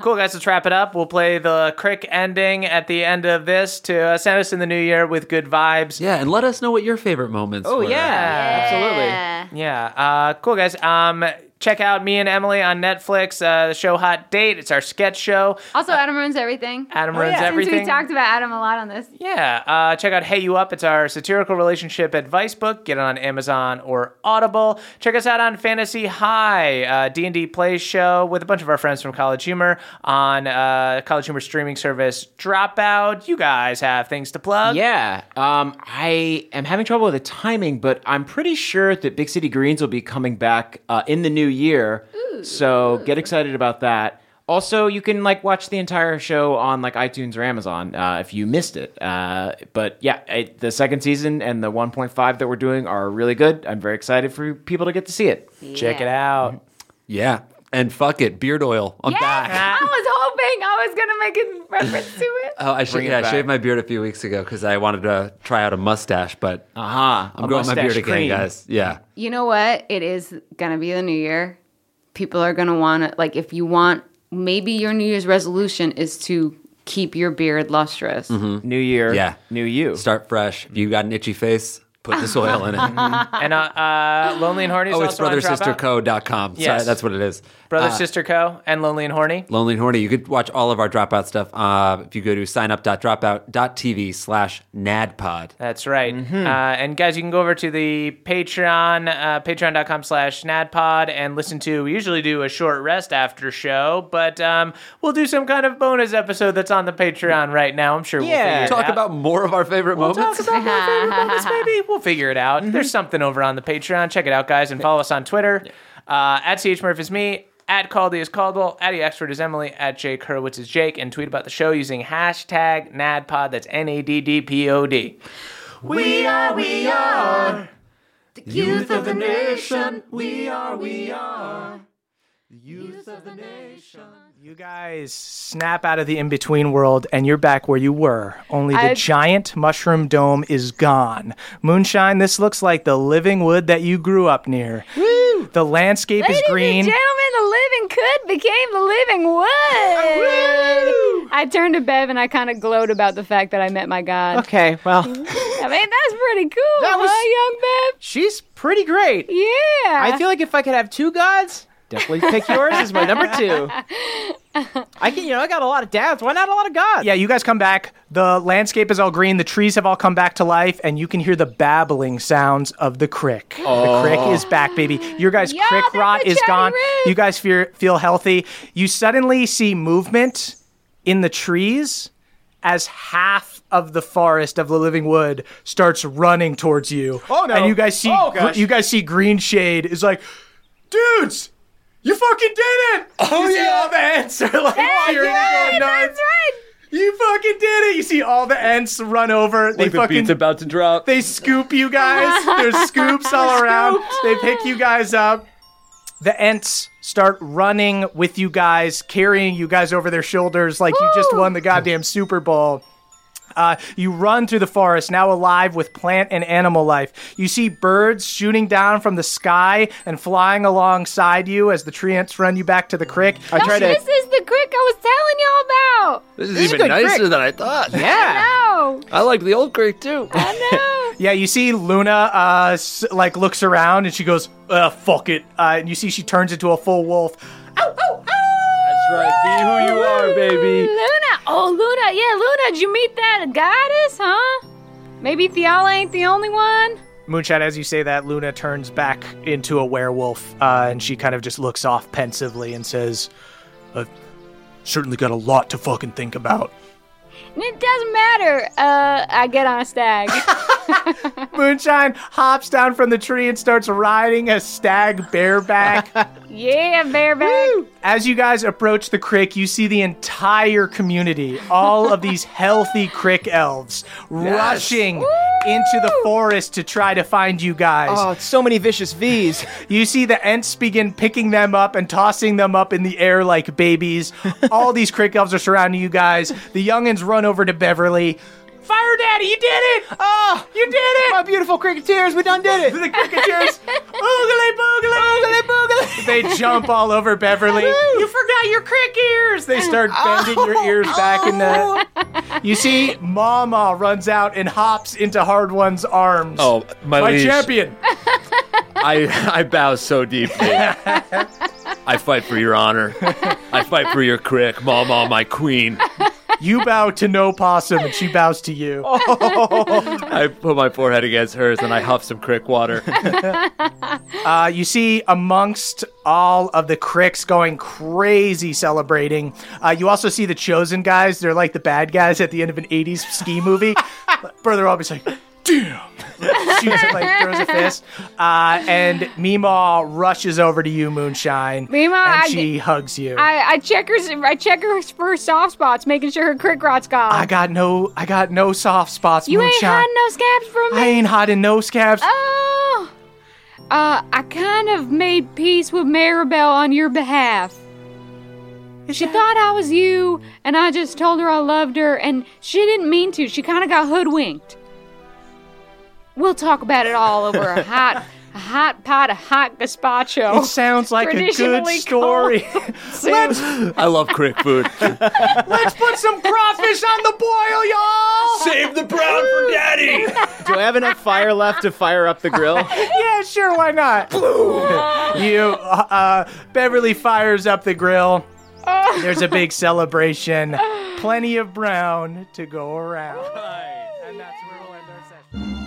cool, guys. Let's wrap it up. We'll play the crick ending at the end of this to uh, send us in the new year with good vibes. Yeah, and let us know what your favorite moments. Oh were. yeah, absolutely. Yeah. Uh, cool guys. Um, check out me and Emily on Netflix. Uh, the show Hot Date. It's our sketch show. Also, Uh, Adam ruins everything. Oh, Adam ruins Since everything. we talked about Adam a lot on this. Yeah, uh, check out Hey You Up. It's our satirical relationship advice book. Get it on Amazon or Audible. Check us out on Fantasy High, uh, D&D play show with a bunch of our friends from College Humor on uh, College Humor streaming service Dropout. You guys have things to plug. Yeah, um, I am having trouble with the timing, but I'm pretty sure that Big City Greens will be coming back uh, in the new year. so get excited about that. Also, you can like watch the entire show on like iTunes or Amazon uh, if you missed it. Uh, but yeah, it, the second season and the 1.5 that we're doing are really good. I'm very excited for people to get to see it. Check it out. yeah. And fuck it, beard oil. I'm Yes, back. I was hoping I was gonna make a reference to it. Oh, I, should, it yeah, I back. shaved my beard a few weeks ago because I wanted to try out a mustache, but Aha! I'm growing my beard again, Uh-huh. Ah, cream. guys. Yeah. You know what? It is gonna be the new year. People are gonna wanna like if you want maybe your New Year's resolution is to keep your beard lustrous. New year, Mm-hmm. Yeah. new you. Start fresh. If you got an itchy face, put this oil in it. And uh, uh, Lonely and Horny is oh, it's also on Dropout. brothersisterco.com. Sorry, Yes. that's what it is. Uh, Brother Sister Co. and Lonely and Horny. Lonely and Horny. You could watch all of our Dropout stuff uh, if you go to signup.dropout.tv slash nadpod. That's right. Mm-hmm. Uh, and guys, you can go over to the Patreon, uh, patreon.com slash nadpod, and listen to, we usually do a short rest after show, but um, we'll do some kind of bonus episode that's on the Patreon right now. I'm sure we'll figure Yeah. it Talk out. about more of our favorite moments. Mm-hmm. Talk about my favorite moments, maybe. We'll figure it out. There's something over on the Patreon. Check it out, guys, and follow us on Twitter. Uh, at CHMurph is me. At Caldy is Caldwell. At Expert is Emily. At Jake Hurwitz is Jake. And tweet about the show using hashtag NADPOD. That's N A D D P O D. We are, we are. Youth of the nation, we are, we are. You guys snap out of the in between world and you're back where you were. Only the I- giant mushroom dome is gone. Moonshine, this looks like the living wood that you grew up near. Woo! The landscape is Ladies green. and gentlemen, the living could became the living wood. I turned to Bev and I kind of gloat about the fact that I met my God. Okay, well, I mean, that's pretty cool, That was- huh, young Bev? she's pretty great. Yeah. I feel like if I could have two gods, definitely pick yours as my number two. I can, you know, I got a lot of dads. Why not a lot of gods? yeah, you guys come back. The landscape is all green. The trees have all come back to life, and you can hear the babbling sounds of the crick. The crick is back, baby. Your guys' Yeah, crick there's rot the is chatty gone. roof. You guys fear, feel healthy. You suddenly see movement in the trees as half of the forest of the living wood starts running towards you. Oh, no. And you guys see, Oh, gosh. you guys see green shade is like, dudes. You fucking did it! Oh you yeah, see all the ants are like cheering and going nuts. that's right. You fucking did it! You see all the ants run over. they fucking about to drop. they scoop you guys. There's scoops all around. They pick you guys up. The ants start running with you guys, carrying you guys over their shoulders like you just won the goddamn Super Bowl. Uh, you run through the forest, now alive with plant and animal life. You see birds shooting down from the sky and flying alongside you as the tree ants run you back to the creek. I This is the crick I was telling y'all about. This is even nicer than I thought. No. I like the old creek too. Yeah, you see Luna, uh, s- like looks around and she goes, uh, "Fuck it," uh, and you see she turns into a full wolf. That's right. Be who you are, baby. Luna. Oh, Luna. Yeah, Luna. Did you meet that goddess, huh? Maybe Theala ain't the only one. Moonshot, as you say that, Luna turns back into a werewolf, uh, and she kind of just looks off pensively and says, "I've certainly got a lot to fucking think about." It doesn't matter. Uh, I get on a stag. Moonshine hops down from the tree and starts riding a stag bareback. yeah, bareback. As you guys approach the crick, you see the entire community, all of these healthy crick elves, rushing into the forest to try to find you guys. Oh, so many vicious V's. you see the Ents begin picking them up and tossing them up in the air like babies. all these crick elves are surrounding you guys. The youngins run over to Beverly. Fire Daddy, you did it! Oh, you did it! Ah! My beautiful cricketeers, we done did it. the cricketeers, oogly boogly, oogly boogly. They jump all over Beverly. You forgot your crick ears. They start Oh. bending your ears back in the. You see, Mama runs out and hops into Hard One's arms. Oh, my liege. champion. I, I bow so deeply. I fight for your honor. I fight for your crick, mama, my queen. You bow to no possum, and she bows to you. Oh. I put my forehead against hers and I huff some crick water. Uh, you see, amongst all of the cricks going crazy celebrating, uh, you also see the chosen guys. They're like the bad guys at the end of an 80s ski movie. Brother they're always like, damn. Oh. Shoots it like throws a fist. Uh, and Meemaw rushes over to you, Moonshine. Meemaw, I- and she hugs you. I, I, I check her. I check her for soft spots, making sure her crick rot's gone. got no, I got no soft spots, you ain't Moonshine. hiding no scabs from me. I ain't hiding no scabs. Oh. Uh, I kind of made peace with Maribel on your behalf. She thought I was you, and I just told her I loved her, and she didn't mean to. She kind of got hoodwinked. We'll talk about it all over a hot, a hot pot of hot gazpacho. It sounds like a good Traditionally story. Let's Oh. I love crick food. let's put some crawfish on the boil, y'all. Save the brown for daddy. Do I have enough fire left to fire up the grill? yeah, sure, why not? you, uh, Beverly fires up the grill. There's a big celebration. Plenty of brown to go around. And that's where we'll end our session.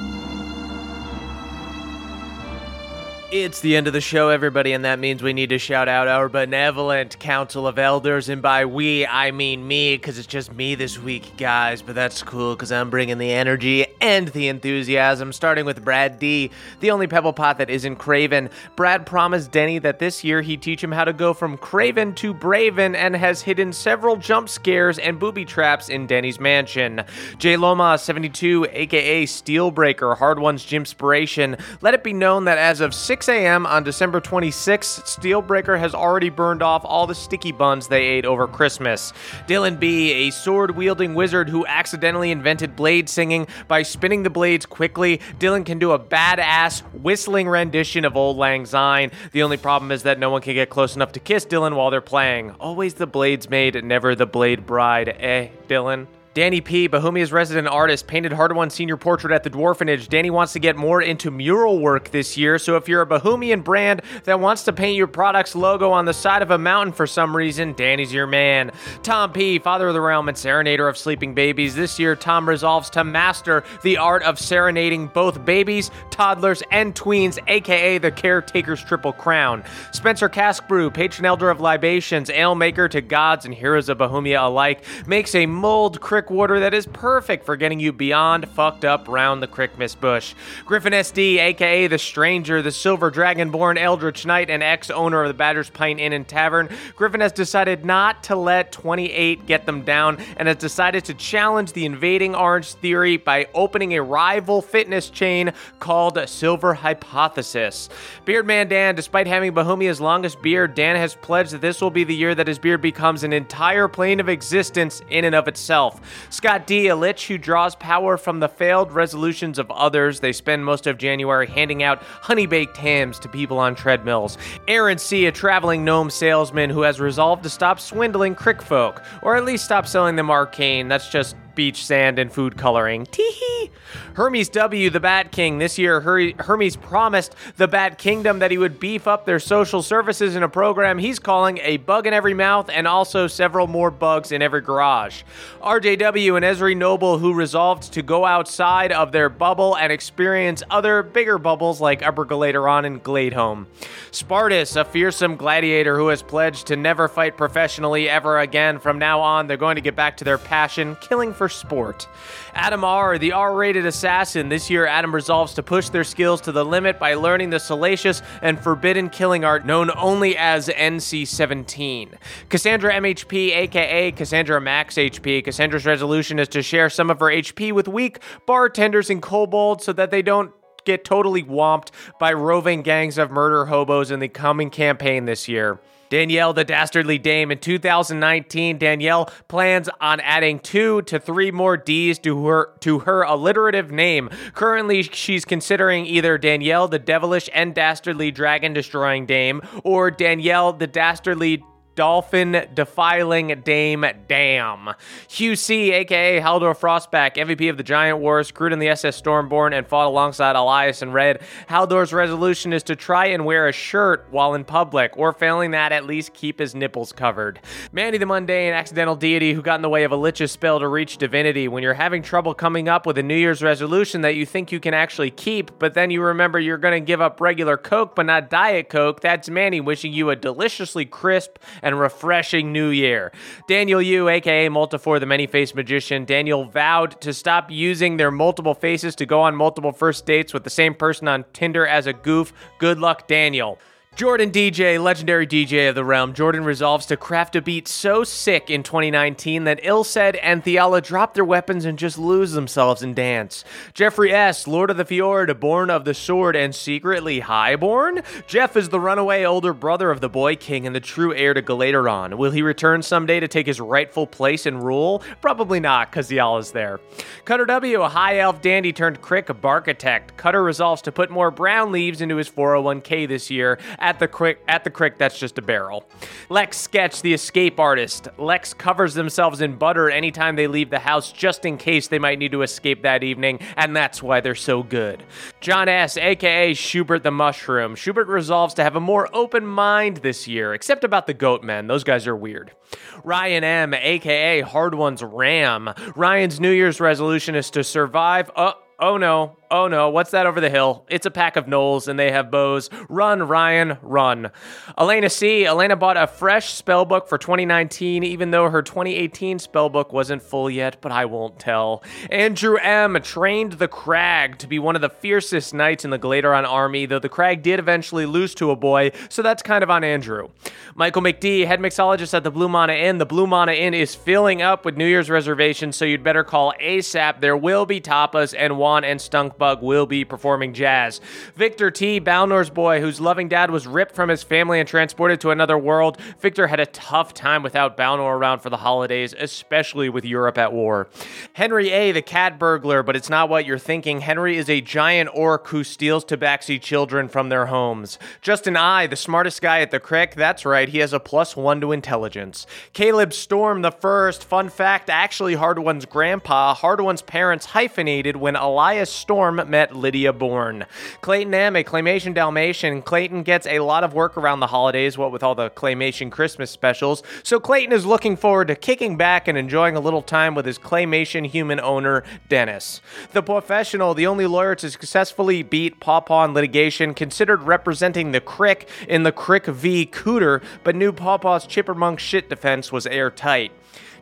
It's the end of the show, everybody, and that means we need to shout out our benevolent Council of Elders. And by we, I mean me, because it's just me this week, guys. But that's cool, because I'm bringing the energy and the enthusiasm, starting with Brad D., the only pebble pot that isn't Craven. Brad promised Denny that this year he'd teach him how to go from Craven to Braven and has hidden several jump scares and booby traps in Denny's mansion. J Loma, 72, aka Steelbreaker, Hard One's Jimspiration. Let it be known that as of 6 a.m. on December 26th, Steelbreaker has already burned off all the sticky buns they ate over Christmas. Dylan B., a sword wielding wizard who accidentally invented blade singing by spinning the blades quickly, Dylan can do a badass whistling rendition of Old Lang Syne. The only problem is that no one can get close enough to kiss Dylan while they're playing. Always the blades maid, never the blade bride, eh, Dylan? Danny P., Bahumia's resident artist, painted Hard One senior portrait at the Dwarfenage. Danny wants to get more into mural work this year, so if you're a Bahumian brand that wants to paint your product's logo on the side of a mountain for some reason, Danny's your man. Tom P., Father of the Realm and Serenader of Sleeping Babies. This year, Tom resolves to master the art of serenading both babies, toddlers, and tweens, aka the Caretaker's Triple Crown. Spencer Caskbrew, patron elder of libations, ale maker to gods and heroes of Bahumia alike, makes a mold crick water that is perfect for getting you beyond fucked up round the Crickmas bush. Griffin SD, aka the Stranger, the Silver Dragonborn Eldritch Knight, and ex owner of the Badger's Pint Inn and Tavern, Griffin has decided not to let 28 get them down and has decided to challenge the invading Orange Theory by opening a rival fitness chain called Silver Hypothesis. Beardman Dan, despite having Bahumia's longest beard, Dan has pledged that this will be the year that his beard becomes an entire plane of existence in and of itself. Scott D, a lich who draws power from the failed resolutions of others. They spend most of January handing out honey baked hams to people on treadmills. Aaron C, a traveling gnome salesman who has resolved to stop swindling crick folk, or at least stop selling them arcane. That's just beach sand and food coloring. Teehee. Hermes W, the Bat King. This year, Her- Hermes promised the Bat Kingdom that he would beef up their social services in a program he's calling A Bug in Every Mouth and also several more bugs in every garage. RJW and Esri Noble, who resolved to go outside of their bubble and experience other bigger bubbles like Upper Galateron and Gladeholm. Spartus, a fearsome gladiator who has pledged to never fight professionally ever again. From now on, they're going to get back to their passion, killing for sport. Adam R., the R rated assassin. This year, Adam resolves to push their skills to the limit by learning the salacious and forbidden killing art known only as NC 17. Cassandra MHP, aka Cassandra Max HP. Cassandra's resolution is to share some of her HP with weak bartenders and kobolds so that they don't get totally whomped by roving gangs of murder hobos in the coming campaign this year. Danielle, the dastardly dame, in 2019, Danielle plans on adding two to three more D's to her to her alliterative name. Currently, she's considering either Danielle, the devilish and dastardly dragon destroying dame, or Danielle, the dastardly Dolphin Defiling Dame Dam. Hugh C, aka Haldor Frostback, MVP of the Giant War, screwed in the SS Stormborn, and fought alongside Elias in Red. Haldor's resolution is to try and wear a shirt while in public, or failing that, at least keep his nipples covered. Mandy the Mundane, accidental deity who got in the way of a lich's spell to reach divinity. When you're having trouble coming up with a New Year's resolution that you think you can actually keep, but then you remember you're going to give up regular Coke but not Diet Coke, that's Manny wishing you a deliciously crisp and refreshing new year. Daniel Yu, aka Multifor, the many faced magician, Daniel vowed to stop using their multiple faces to go on multiple first dates with the same person on Tinder as a goof. Good luck, Daniel. Jordan DJ, legendary DJ of the realm, Jordan resolves to craft a beat so sick in 2019 that Ilsed and Theala drop their weapons and just lose themselves in dance. Jeffrey S., Lord of the Fjord, born of the sword and secretly highborn? Jeff is the runaway older brother of the Boy King and the true heir to Galateron. Will he return someday to take his rightful place and rule? Probably not, because Theala's there. Cutter W., a high elf dandy turned crick architect. Cutter resolves to put more brown leaves into his 401k this year at the crick at the crick that's just a barrel lex sketch the escape artist lex covers themselves in butter anytime they leave the house just in case they might need to escape that evening and that's why they're so good john s aka schubert the mushroom schubert resolves to have a more open mind this year except about the goat men those guys are weird ryan m aka hard one's ram ryan's new year's resolution is to survive uh, Oh no, oh no, what's that over the hill? It's a pack of gnolls and they have bows. Run, Ryan, run. Elena C. Elena bought a fresh spellbook for 2019, even though her 2018 spellbook wasn't full yet, but I won't tell. Andrew M. trained the Crag to be one of the fiercest knights in the Galateron army, though the Crag did eventually lose to a boy, so that's kind of on Andrew. Michael McD, head mixologist at the Blue Mana Inn. The Blue Mana Inn is filling up with New Year's reservations, so you'd better call ASAP. There will be tapas and Juan and Stunkbug will be performing jazz. Victor T, Balnor's boy, whose loving dad was ripped from his family and transported to another world. Victor had a tough time without Balnor around for the holidays, especially with Europe at war. Henry A, the cat burglar, but it's not what you're thinking. Henry is a giant orc who steals tabaxi children from their homes. Justin I, the smartest guy at the crick, that's right, he has a plus one to intelligence. Caleb Storm the first, fun fact, actually Hard One's grandpa, Hard One's parents hyphenated when alive. Elias Storm met Lydia Bourne. Clayton M, a claymation Dalmatian. Clayton gets a lot of work around the holidays, what with all the claymation Christmas specials. So Clayton is looking forward to kicking back and enjoying a little time with his claymation human owner, Dennis. The professional, the only lawyer to successfully beat Pawpaw in litigation, considered representing the Crick in the Crick v. Cooter, but knew Pawpaw's chippermunk shit defense was airtight.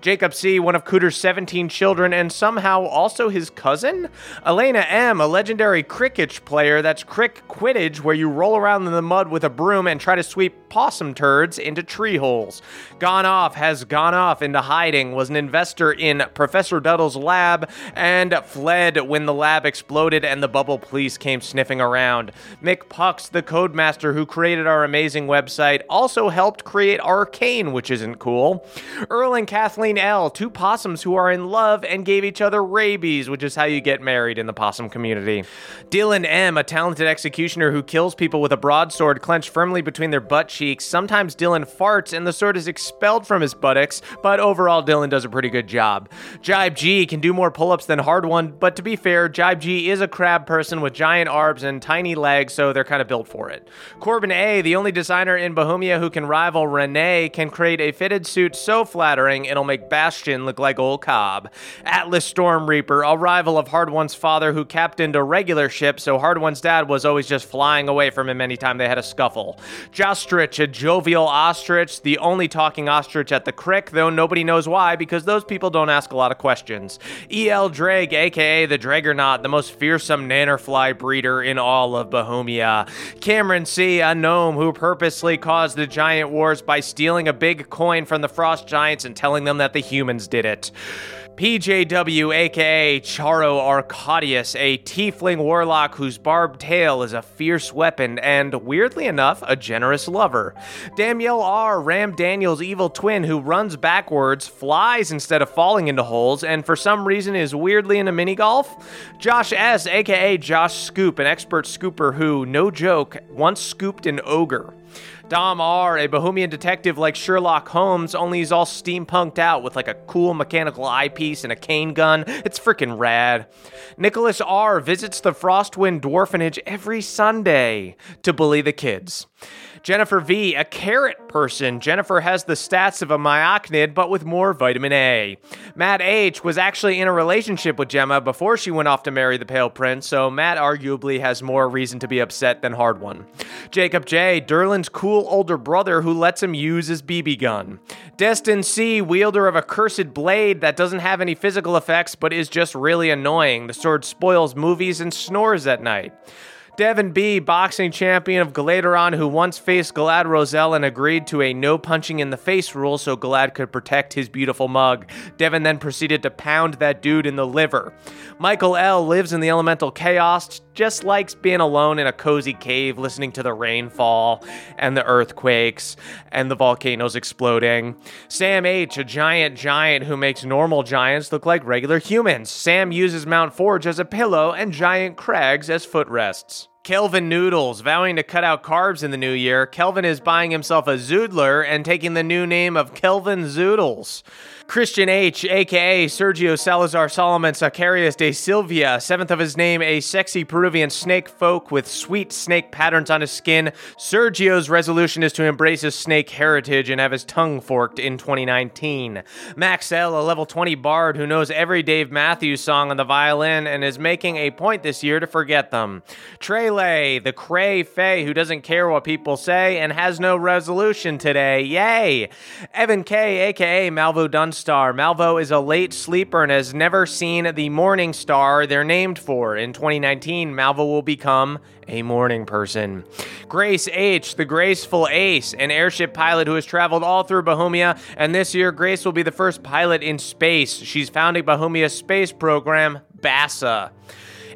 Jacob C., one of Cooter's 17 children, and somehow also his cousin? Elena M., a legendary cricket player that's crick quidditch, where you roll around in the mud with a broom and try to sweep possum turds into tree holes. Gone off has gone off into hiding, was an investor in Professor Duddle's lab, and fled when the lab exploded and the bubble police came sniffing around. Mick Pucks, the codemaster who created our amazing website, also helped create Arcane, which isn't cool. Earl and Kathleen Queen L, two possums who are in love and gave each other rabies, which is how you get married in the possum community. Dylan M, a talented executioner who kills people with a broadsword clenched firmly between their butt cheeks. Sometimes Dylan farts and the sword is expelled from his buttocks, but overall, Dylan does a pretty good job. Jibe G can do more pull ups than Hard One, but to be fair, Jibe G is a crab person with giant arms and tiny legs, so they're kind of built for it. Corbin A, the only designer in Bohemia who can rival Renee, can create a fitted suit so flattering it'll make Bastion look like old Cobb. Atlas Storm Reaper, a rival of Hard One's father who captained a regular ship, so Hard One's dad was always just flying away from him anytime they had a scuffle. Jostrich, a jovial ostrich, the only talking ostrich at the crick, though nobody knows why because those people don't ask a lot of questions. E E.L. Drag, aka the Dragonaut, the most fearsome nannerfly breeder in all of Bohemia. Cameron C., a gnome who purposely caused the giant wars by stealing a big coin from the frost giants and telling them that the humans did it. PJW, aka Charo Arcadius, a tiefling warlock whose barbed tail is a fierce weapon and, weirdly enough, a generous lover. Danielle R, Ram Daniel's evil twin who runs backwards, flies instead of falling into holes, and for some reason is weirdly into mini golf. Josh S, aka Josh Scoop, an expert scooper who, no joke, once scooped an ogre. Dom R, a Bohemian detective like Sherlock Holmes, only he's all steampunked out with like a cool mechanical eyepiece and a cane gun. It's freaking rad. Nicholas R visits the Frostwind Dwarfenage every Sunday to bully the kids. Jennifer V, a carrot person. Jennifer has the stats of a myocnid, but with more vitamin A. Matt H was actually in a relationship with Gemma before she went off to marry the Pale Prince, so Matt arguably has more reason to be upset than Hard One. Jacob J, Derlin's cool older brother who lets him use his BB gun. Destin C, wielder of a cursed blade that doesn't have any physical effects but is just really annoying. The sword spoils movies and snores at night. Devin B, boxing champion of Galateron, who once faced Galad Roselle and agreed to a no punching in the face rule so Galad could protect his beautiful mug. Devin then proceeded to pound that dude in the liver. Michael L lives in the elemental chaos, just likes being alone in a cozy cave listening to the rainfall and the earthquakes and the volcanoes exploding. Sam H, a giant giant who makes normal giants look like regular humans. Sam uses Mount Forge as a pillow and giant crags as footrests. Kelvin Noodles, vowing to cut out carbs in the new year, Kelvin is buying himself a Zoodler and taking the new name of Kelvin Zoodles. Christian H, aka Sergio Salazar Solomon Sacarius de Silvia, seventh of his name, a sexy Peruvian snake folk with sweet snake patterns on his skin. Sergio's resolution is to embrace his snake heritage and have his tongue forked in 2019. Max L, a level 20 bard who knows every Dave Matthews song on the violin and is making a point this year to forget them. Trele, the cray fay who doesn't care what people say and has no resolution today. Yay! Evan K, aka Malvo Dunn star. Malvo is a late sleeper and has never seen the morning star they're named for. In 2019, Malvo will become a morning person. Grace H, the graceful ace, an airship pilot who has traveled all through Bohemia, and this year Grace will be the first pilot in space. She's founding Bohemia's space program, BASA.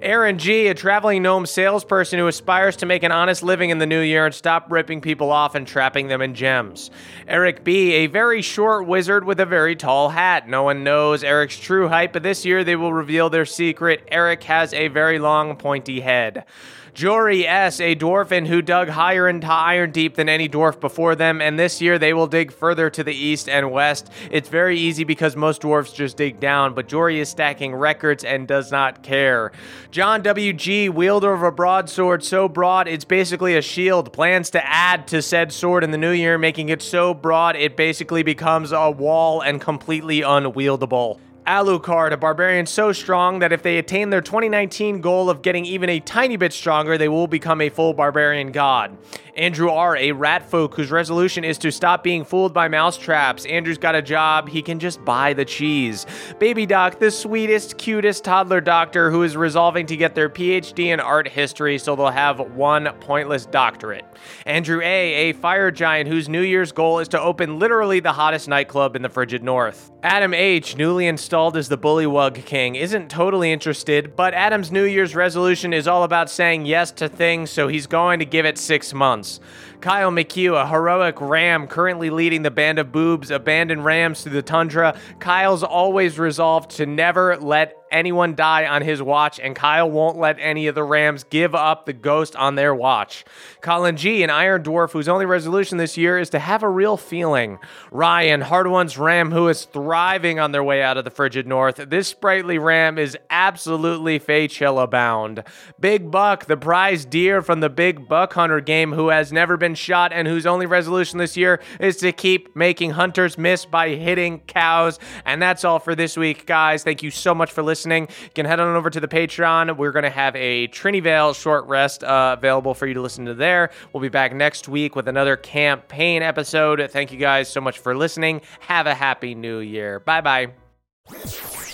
Aaron G, a traveling gnome salesperson who aspires to make an honest living in the new year and stop ripping people off and trapping them in gems. Eric B, a very short wizard with a very tall hat. No one knows Eric's true height, but this year they will reveal their secret. Eric has a very long, pointy head. Jory S, a dwarfin who dug higher into Iron Deep than any dwarf before them, and this year they will dig further to the east and west. It's very easy because most dwarfs just dig down, but Jory is stacking records and does not care. John W.G., wielder of a broadsword so broad it's basically a shield, plans to add to said sword in the new year, making it so broad it basically becomes a wall and completely unwieldable. Alucard, a barbarian so strong that if they attain their 2019 goal of getting even a tiny bit stronger, they will become a full barbarian god. Andrew R., a rat folk whose resolution is to stop being fooled by mousetraps. Andrew's got a job, he can just buy the cheese. Baby Doc, the sweetest, cutest toddler doctor who is resolving to get their PhD in art history so they'll have one pointless doctorate. Andrew A., a fire giant whose New Year's goal is to open literally the hottest nightclub in the frigid north. Adam H., newly installed as the Bullywug King, isn't totally interested, but Adam's New Year's resolution is all about saying yes to things, so he's going to give it six months. else. Kyle McHugh, a heroic ram currently leading the band of boobs, abandoned rams through the tundra. Kyle's always resolved to never let anyone die on his watch, and Kyle won't let any of the Rams give up the ghost on their watch. Colin G, an Iron Dwarf whose only resolution this year is to have a real feeling. Ryan, Hard One's Ram, who is thriving on their way out of the frigid north. This sprightly Ram is absolutely Faychilla bound. Big Buck, the prize deer from the Big Buck Hunter game, who has never been shot and whose only resolution this year is to keep making hunters miss by hitting cows. And that's all for this week, guys. Thank you so much for listening listening, you can head on over to the Patreon. We're going to have a Trinivale short rest uh, available for you to listen to there. We'll be back next week with another campaign episode. Thank you guys so much for listening. Have a happy new year. Bye bye.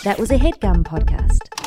That was a headgum podcast.